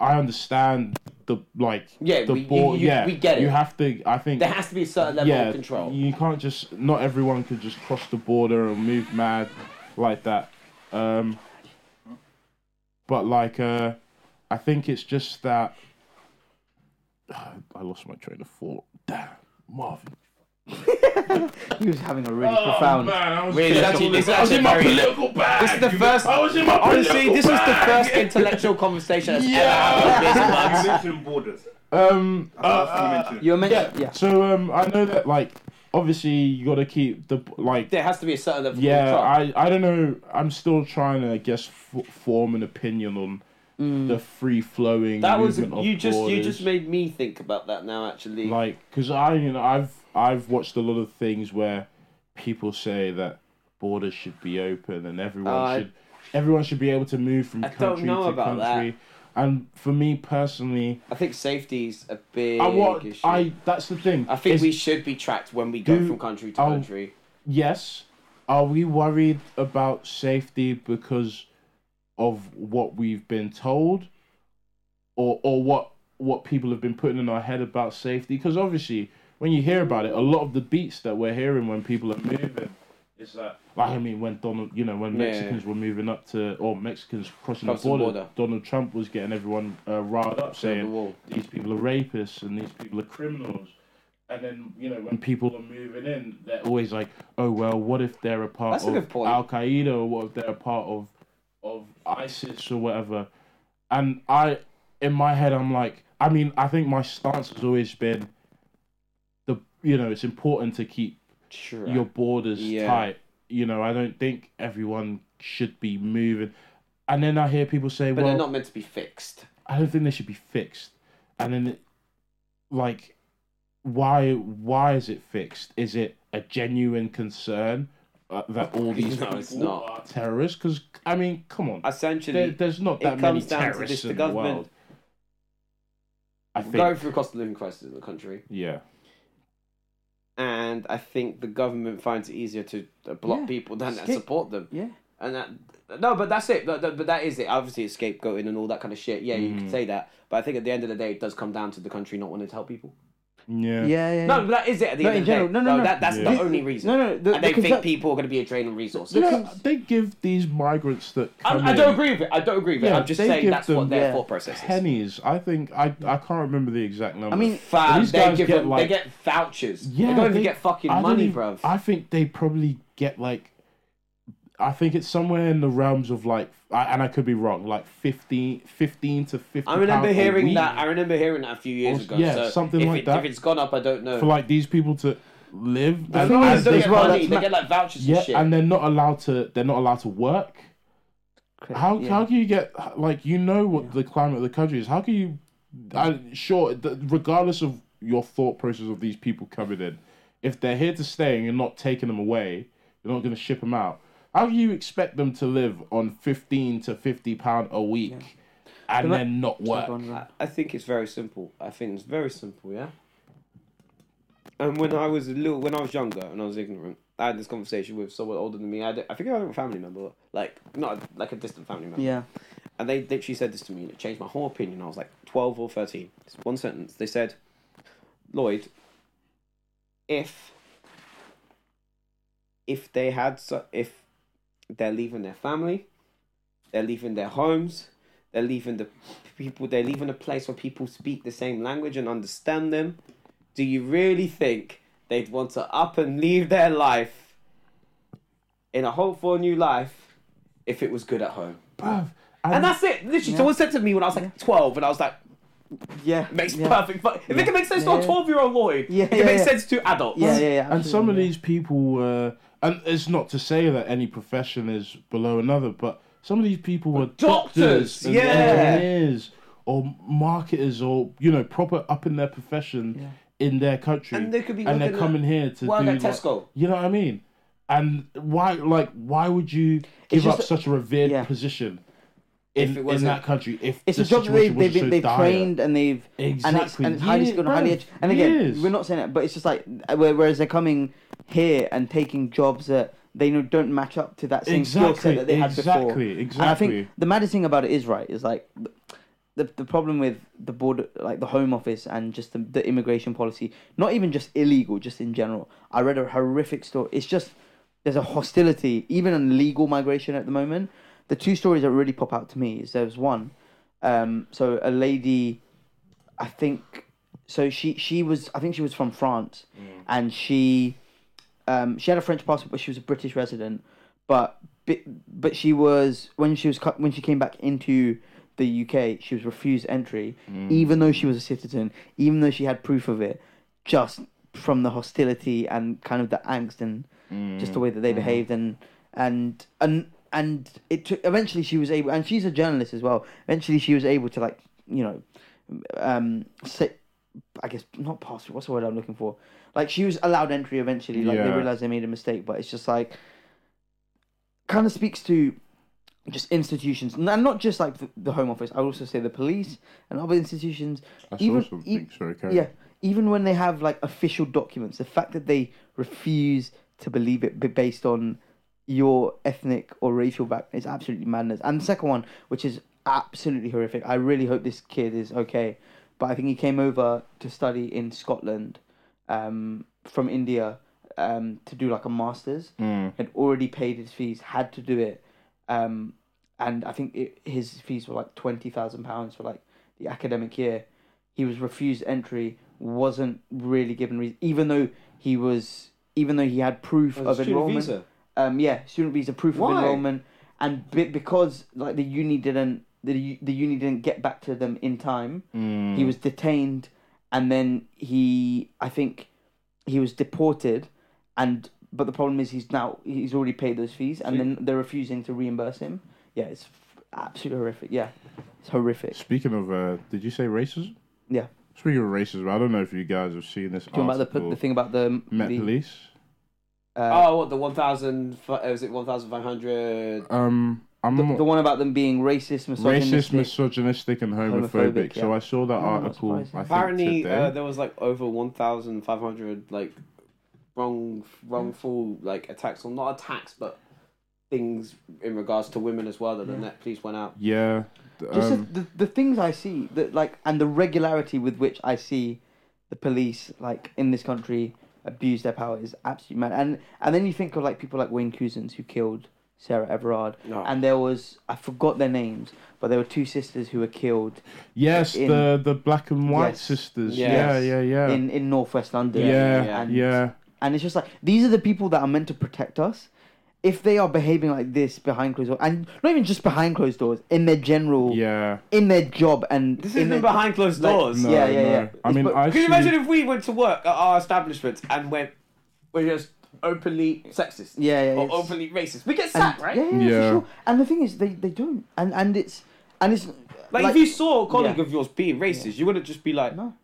I understand the like Yeah, the we- you- ball- you- yeah we get it. You have to. I think There has to be a certain level yeah, of control. You can't just not everyone can just cross the border and move mad like that. Um, but like, uh, I think it's just that I lost my train of thought. Damn, Marvin. He was having a really profound. Oh, I was, Wait, it's actually- it's I was in my actually very- political bag. This is the first- I was in my Honestly, political this is the bag. first intellectual conversation that's ever happened. on this Yeah. You mentioned borders. um. That's the last thing you mentioned. You were meant. Yeah. Yeah. yeah. So um, I know that like obviously you got to keep the like There has to be a certain level of Yeah, control. I, I don't know. I'm still trying to, I guess, f- form an opinion on the free flowing. Mm. that was movement of you just you borders. just made me think about that now. Actually, like because I you know I've I've watched a lot of things where people say that borders should be open and everyone Oh, I- should everyone should be able to move from I don't country know to about that. country. And for me personally, I think safety's a big I what issue. I that's the thing. I think It's- we should be tracked when we go Do- from country to I'll- country. yes, are we worried about safety because of what we've been told, or or what what people have been putting in our head about safety? Because obviously, when you hear about it, a lot of the beats that we're hearing when people are moving is that. Like I mean, when Donald, you know, when Yeah. Mexicans were moving up to, or Mexicans Crossing crossing the, the border, border. Donald Trump was getting everyone uh, riled the up, saying wall. these people are rapists and these people are criminals. And then you know when people are moving in, they're always like, "Oh well, what if they're a part That's a good of point. Al Qaeda or what if they're a part of of ISIS or whatever?" And I, in my head, I'm like, I mean, I think my stance has always been the you know it's important to keep Sure. your borders Yeah. tight. You know, I don't think everyone should be moving. And then I hear people say, but "Well, they're not meant to be fixed. I don't think they should be fixed. And then, it- like, why why is it fixed? Is it a genuine concern uh, that all these No, people it's not. are terrorists? Because I mean, come on, there, Essentially, there's not it that many comes down to terrorists this, the in the government- world. I think, going through a cost of living crisis in the country, yeah, and I think the government finds it easier to uh, block Yeah. people than to Escape. support them. And that, no, but that's it. But, but but that is it. Obviously, it's scapegoating and all that kind of shit. Yeah, Mm. you can say that. But I think at the end of the day, it does come down to the country not wanting to help people. yeah, Yeah. Yeah. No, but that is it at the No, end in of the day. general, no, no, no. That, that's Yeah. the only reason. No, no, the- and they think the concern- people are going to be a drain of resources. You know, they give these migrants that I, come I don't in agree with it. I don't agree with it. Yeah, I'm just they saying give that's them- what their yeah, thought process is. pennies. I think I I can't remember the exact number. I mean, Fam, These they guys give get, them, they like- get vouchers. Yeah, they don't even they- get fucking I don't money, even- bruv. I think they probably get like, I think it's somewhere in the realms of like, I, and I could be wrong, like 15, 15 to fifty. I remember pound a hearing week that. I remember hearing that a few years Or- ago. yeah, so something if like it, that. If it's gone up, I don't know. for like these people to live. I and- don't and they don't they- get well, money. that's They ma- get like vouchers yeah, and shit. and they're not allowed to. They're not allowed to work. Cra- How yeah. how can you get like you know what the climate of the country is? How can you? I sure, th- regardless of your thought process of these people coming in, if they're here to stay and you're not taking them away, you're not going to ship them out. How do you expect them to live on fifteen to fifty pound a week, and But then not work? I- I think it's very simple. I think it's very simple, yeah. And when I was a little, when I was younger and I was ignorant, I had this conversation with someone older than me. I, had- I think I had a family member, like not a- like a distant family member. Yeah. And they literally said this to me, and it changed my whole opinion. I was like twelve or thirteen. It's one sentence. They said, "Lloyd, if if they had, so, if they're leaving their family, They're leaving their homes. They're leaving the people. They're leaving a place where people speak the same language and understand them. Do you really think they'd want to up and leave their life in a hope for a new life if it was good at home? Bruv, And that's it. Literally, Um, Yeah. someone said to me when I was like 12, and I was like, Yeah. makes yeah. perfect fu- If it can make sense to Yeah. a 12 year old Lloyd, Yeah, it can yeah, make yeah. sense to adults. Yeah, yeah, yeah. and some of absolutely, these people were, and it's not to say that any profession is below another, but some of these people were Doctors, doctors, and yeah. engineers, or marketers, or you know, proper up in their profession in their country, And they could be and they're working at- coming here to working do at like- Tesco. you know what I mean? And why, like, why would you give up just a- such a revered yeah. position If in, it in wasn't- that country? If It's the a job that situation they've, wasn't they've, been, they've so dire? trained and they've and it's, Exactly. and it's highly Yeah, skilled, bruv, and highly educated. And again, years. we're not saying it, but it's just like uh, where- whereas they're coming here and taking jobs that they know don't match up to that same skill Exactly, set that they had before. exactly, And I think exactly. the maddest thing about it is right is like the the problem with the board, like the Home Office, and just the, the immigration policy. Not even just illegal, just in general. I read a horrific story. It's just there's a hostility, even in legal migration at the moment. The two stories that really pop out to me is there's one. Um, so a lady I think so she she was I think she was from France and she um she had a French passport but she was a British resident but bi- but she was when she was cu- when she came back into the UK she was refused entry even though she was a citizen even though she had proof of it just from the hostility and kind of the angst and just the way that they behaved and and and and it took eventually she was able and she's a journalist as well eventually she was able to like you know um say I guess not pass what's the word I'm looking for like she was allowed entry eventually like they Yeah. realized they made a mistake but it's just like kind of speaks to just institutions and not just like the, the home office I would also say the police and other institutions I saw even something. e- Sorry, carry yeah even when they have like official documents the fact that they refuse to believe it b- based on your ethnic or racial background is absolutely madness and the second one which is absolutely horrific i really hope this kid is okay but i think he came over to study in scotland um, from india um, to do like a master's had already paid his fees had to do it um, and I think it, his fees were like twenty thousand pounds for like the academic year. He was refused entry, wasn't really given reason, even though he was, even though he had proof Oh, of student enrollment. visa. Um, yeah, student visa proof Why? of enrollment, and be- because like the uni didn't, the u- the uni didn't get back to them in time. Hmm. He was detained, and then he, I think, he was deported, and but the problem is he's now he's already paid those fees, and then they're refusing to reimburse him. Yeah, it's absolutely horrific. Yeah, it's horrific. Speaking of, uh, did you say racism? Yeah, Speaking of racism, I don't know if you guys have seen this talking about article. the the thing about the, Met the Police. uh, Oh, what the one thousand? uh, Was it one thousand five hundred? Um, I'm the, not- the one about them being racist, misogynistic. racist, misogynistic, and homophobic. Homophobic, So yeah. I saw that No, I'm not article. I surprised. think Apparently, today. uh, there was like over one thousand five hundred like wrong, wrongful like attacks, or not attacks, but things in regards to women as well that the net police went out. yeah. th- Just the- um, the, the things I see that like and the regularity with which I see the police like in this country abuse their power is absolutely mad. And and then you think of like people like Wayne Cousins who killed Sarah Everard, No. and there was I forgot their names, but there were two sisters who were killed yes, in- the the black and white Yes. sisters. Yes. Yeah, yeah, yeah. in in northwest London. yeah, yeah, yeah. and, and it's just like these are the people that are meant to protect us. If they are behaving like this behind closed doors, and not even just behind closed doors, in their general, yeah. in their job, and This in isn't their- behind closed like- doors. No, Yeah, yeah, no. yeah. I It's mean, bu- I Can you see- imagine if we went to work at our establishments and went, we're just openly sexist? Yeah, yeah, Or it's- openly racist. We get and, sacked, right? Yeah, yeah, yeah, Yeah. For sure. And the thing is, they, they don't, and and it's and it's Like, if you saw a colleague Yeah. of yours being racist, you wouldn't just be like, No.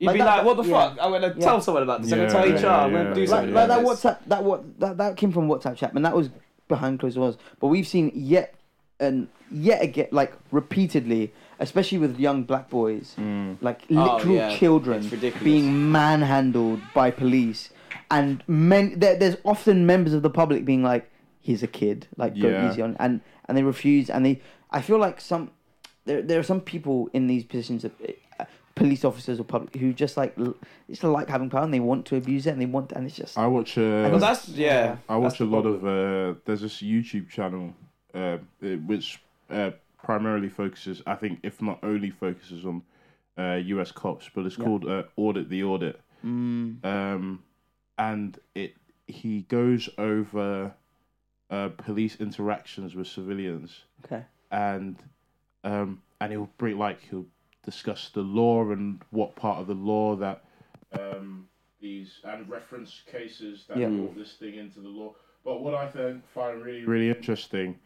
you'd Like be that- like, what the that- yeah. fuck? I'm gonna Yeah. tell someone about this. I'm Yeah, gonna tell HR. yeah, I'm yeah, gonna do yeah, like, something. like that about this." WhatsApp that what that, that came from WhatsApp chat, and that was behind closed doors. But we've seen yet and yet again, like repeatedly, especially with young black boys, like Oh, literal yeah. children It's ridiculous. being manhandled by police, and men. There, there's often members of the public being like, "He's a kid, like go Yeah. easy on," and and they refuse, and they. I feel like some there there are some people in these positions of. Uh, Police officers or public who just like l- it's like having power and they want to abuse it and they want and it's just I watch. Uh, But that's yeah. I watch that's a the lot problem. of. Uh, there's this YouTube channel. uh, it- which uh, primarily focuses, I think, if not only focuses on uh, U.S. cops, but it's Yeah. called uh, Audit the Audit. Mm. um, and it he goes over uh, police interactions with civilians, Okay. and um, and he'll bring like he'll discuss the law and what part of the law that um, these and reference cases that Yeah. brought this thing into the law. But what I think, find really really interesting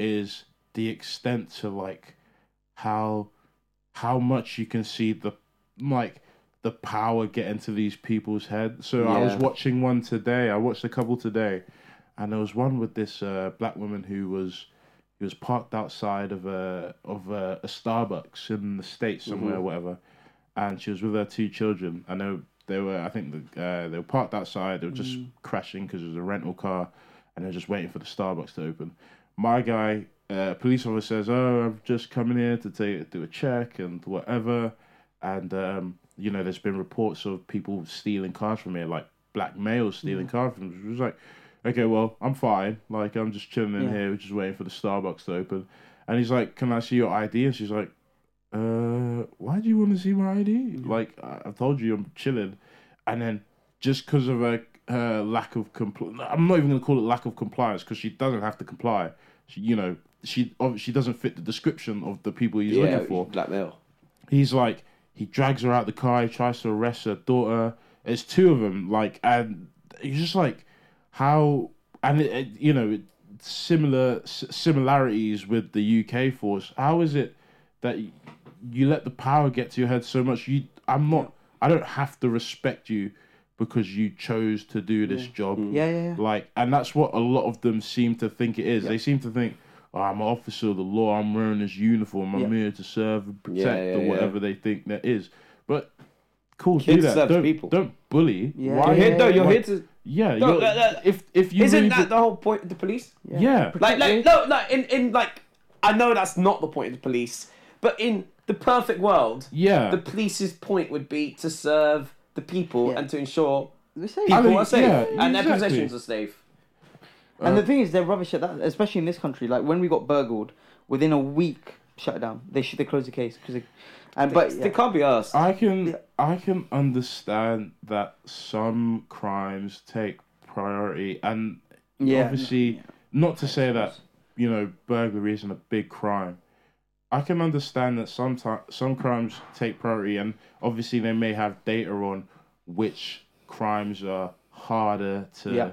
is the extent to like how how much you can see the like the power get into these people's heads. So I was Yeah. watching one today. I watched a couple today, and there was one with this uh, black woman who was who was parked outside of a of a, a Starbucks in the states somewhere, or whatever. And she was with her two children. I know they were. I think the, uh, they were parked outside. They were just crashing because it was a rental car, and they're just waiting for the Starbucks to open. My guy, uh, police officer, says, "Oh, I'm just coming here to take, do a check and whatever." and um, you know, there's been reports of people stealing cars from here, like black males stealing cars from. It was like, okay, well, I'm fine. Like, I'm just chilling in Yeah. here, just waiting for the Starbucks to open. And he's like, "Can I see your ID?" And she's like, "Uh, why do you want to see my ID? Like, I- I've told you, I'm chilling." And then just because of her, her lack of compl I'm not even going to call it lack of compliance because she doesn't have to comply. She, you know, she ob- she doesn't fit the description of the people he's looking for blackmail. he's like he drags her out the car he tries to arrest her daughter it's two of them like and he's just like how and it, it, you know it, similar s- similarities with the uk force how is it that y- you let the power get to your head so much you i'm not i don't have to respect you because you chose to do this job Yeah, yeah, yeah. like, and that's what a lot of them seem to think it is. They seem to think, oh, I'm an officer of the law. I'm wearing this uniform. I'm Yeah. here to serve and protect, Yeah, yeah, or yeah. whatever they think that is. But cool, do Kids that. serve Don't, people. don't bully. Yeah. Why? You're here, no, yeah, you're yeah. here to. Yeah. No, you're- no, no. If if you Isn't really that do- the whole point of the police? yeah. Like, Protect like, no, like, in, in, like, I know that's not the point of the police, but in the perfect world, yeah. the police's point would be to serve the people Yeah. and to ensure The same. people I mean, are safe yeah, and their exactly. possessions are safe. and the thing is, they're rubbish at that, especially in this country. Like when we got burgled, within a week, shut it down. They should they closed the case because, and but They yeah, can't be asked. I can I can understand that some crimes take priority, and Yeah. obviously, not to say that you know burglary isn't a big crime. I can understand that sometimes some crimes take priority, and obviously they may have data on which crimes are harder to. Yeah.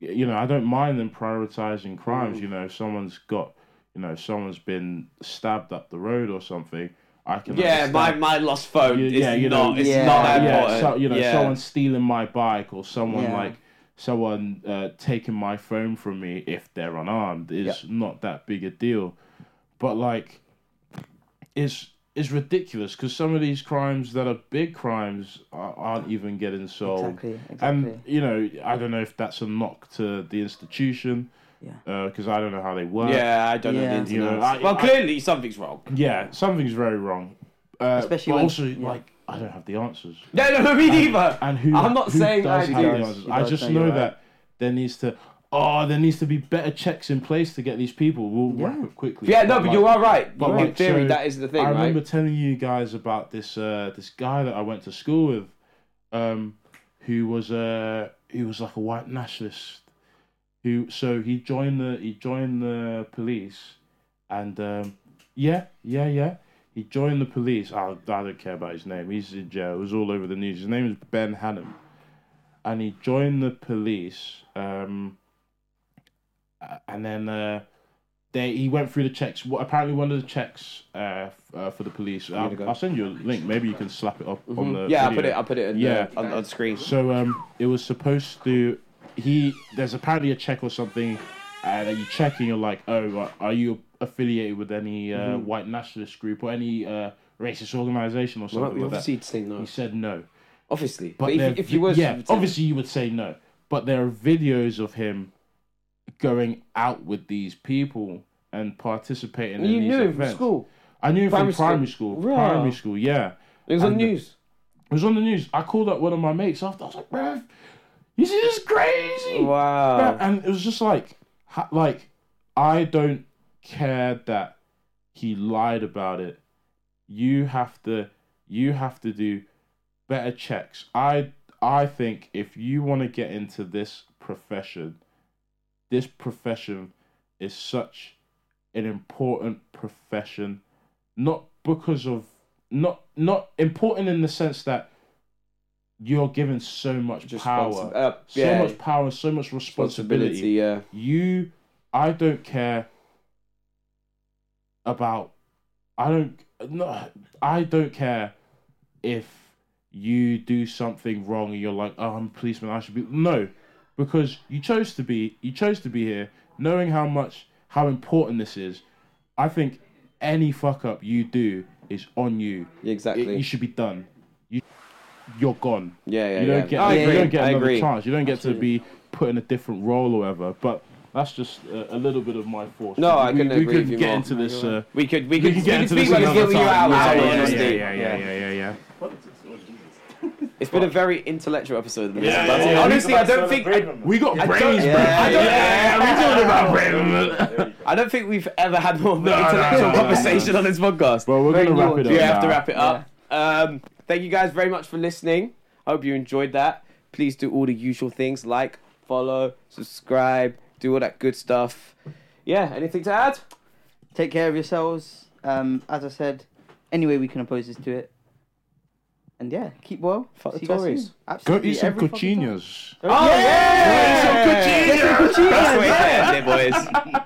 Mm. You know, I don't mind them prioritizing crimes. You know, if someone's got, you know, if someone's been stabbed up the road or something. I can yeah, understand my, my lost phone You- is yeah, you know, not, it's yeah, not that yeah, important. so, you know, yeah. someone stealing my bike or someone Yeah. like someone uh, taking my phone from me if they're unarmed is not that big a deal. But like, it's it's ridiculous because some of these crimes that are big crimes are, aren't even getting solved. exactly, Um, exactly. And you know, I don't know if that's a knock to the institution. Yeah. Because I don't know how they work. Yeah, I don't know the Yeah. internet. You know, I- well, I- clearly something's wrong. Yeah, something's very wrong. Uh, Especially Especially but when- also, yeah. like, I don't have the answers. No, no, me neither. And who? I'm not who saying I does have do. the Yes, answers? you I guys just know know you're that there needs to. Oh, there needs to be better checks in place to get these people. We'll Yeah. wrap it quickly. Yeah, no, but you like- are right. But but in like, theory, so that is the thing, I remember right? telling you guys about this uh, this guy that I went to school with, um, who was uh, who was like a white nationalist. Who so he joined the he joined the police, and um, yeah, yeah, yeah. He joined the police. I, I don't care about his name. He's in jail. It was all over the news. His name is Ben Hannum, and he joined the police. Um, a- and then uh, they he went through the checks. Wha- Apparently, one of the checks uh, f- uh, for the police. I'll, go. Mm-hmm. I'll send you a link. Maybe you can slap it up on the Yeah, I video. put it. I put it in Yeah. the, on, on screen. So um, it was supposed to. He there's apparently a check or something, uh, that you check and you're like, oh, are- are you affiliated with any uh, Mm-hmm. white nationalist group or any uh, racist organization or something like that? you'd say no. He said no. Obviously, But but, there- if, if you were, yeah, you'd say- obviously you would say no. But there are videos of him going out with these people and participating you in these knew him from events. school. I knew him Primary from school. primary school. Right. Primary school, yeah. It was on And the- news. It was on the news. I called up one of my mates after. I was like, bruv, you see this is crazy. Wow. Bruv, And it was just like, ha- like, I don't care that he lied about it. You have to you have to do better checks. I I think if you want to get into this profession, this profession is such an important profession not because of not not important in the sense that you're given so much power Responsi- uh, so yeah, much power and so much responsibility. responsibility. Yeah, You, I don't care about. I don't. No, I don't care if you do something wrong and you're like, oh, I'm a policeman. I should be no, because you chose to be. You chose to be here, knowing how much how important this is. I think any fuck up you do is on you. It- exactly. you should be done. You, you're gone yeah, yeah, you yeah. don't get I you agree. don't get I another agree. chance. You don't get to be put in a different role or whatever. But that's just a, a little bit of my thoughts. No, we, I couldn't we, agree could with you get more. into this. Uh, We could we we could, could get into speak this about another this time. for you hours. Yeah, hour, yeah, honestly. yeah, yeah, yeah, yeah, yeah, yeah. It's been a very intellectual episode. Of this. Yeah, yeah, yeah. Honestly, I don't think I, We got brains, yeah, bro. I don't- Yeah, we're talking about brains. I don't think we've ever had more of an No, no, intellectual no, no, conversation on this podcast. Well, we're Very gonna wrap it nuanced. up. we have to now. wrap it up. Um, thank you guys very much for listening. I hope you enjoyed that. Please do all the usual things like, follow, subscribe, do all that good stuff. Yeah, anything to add? Take care of yourselves. Um, as I said, any way we can oppose this to it. And yeah, keep well. Fuck the See you guys Tories. soon. Go Absolutely eat some every fucking time. cochinas. Oh, yeah! Get Oh, some That's the way to end it, boys.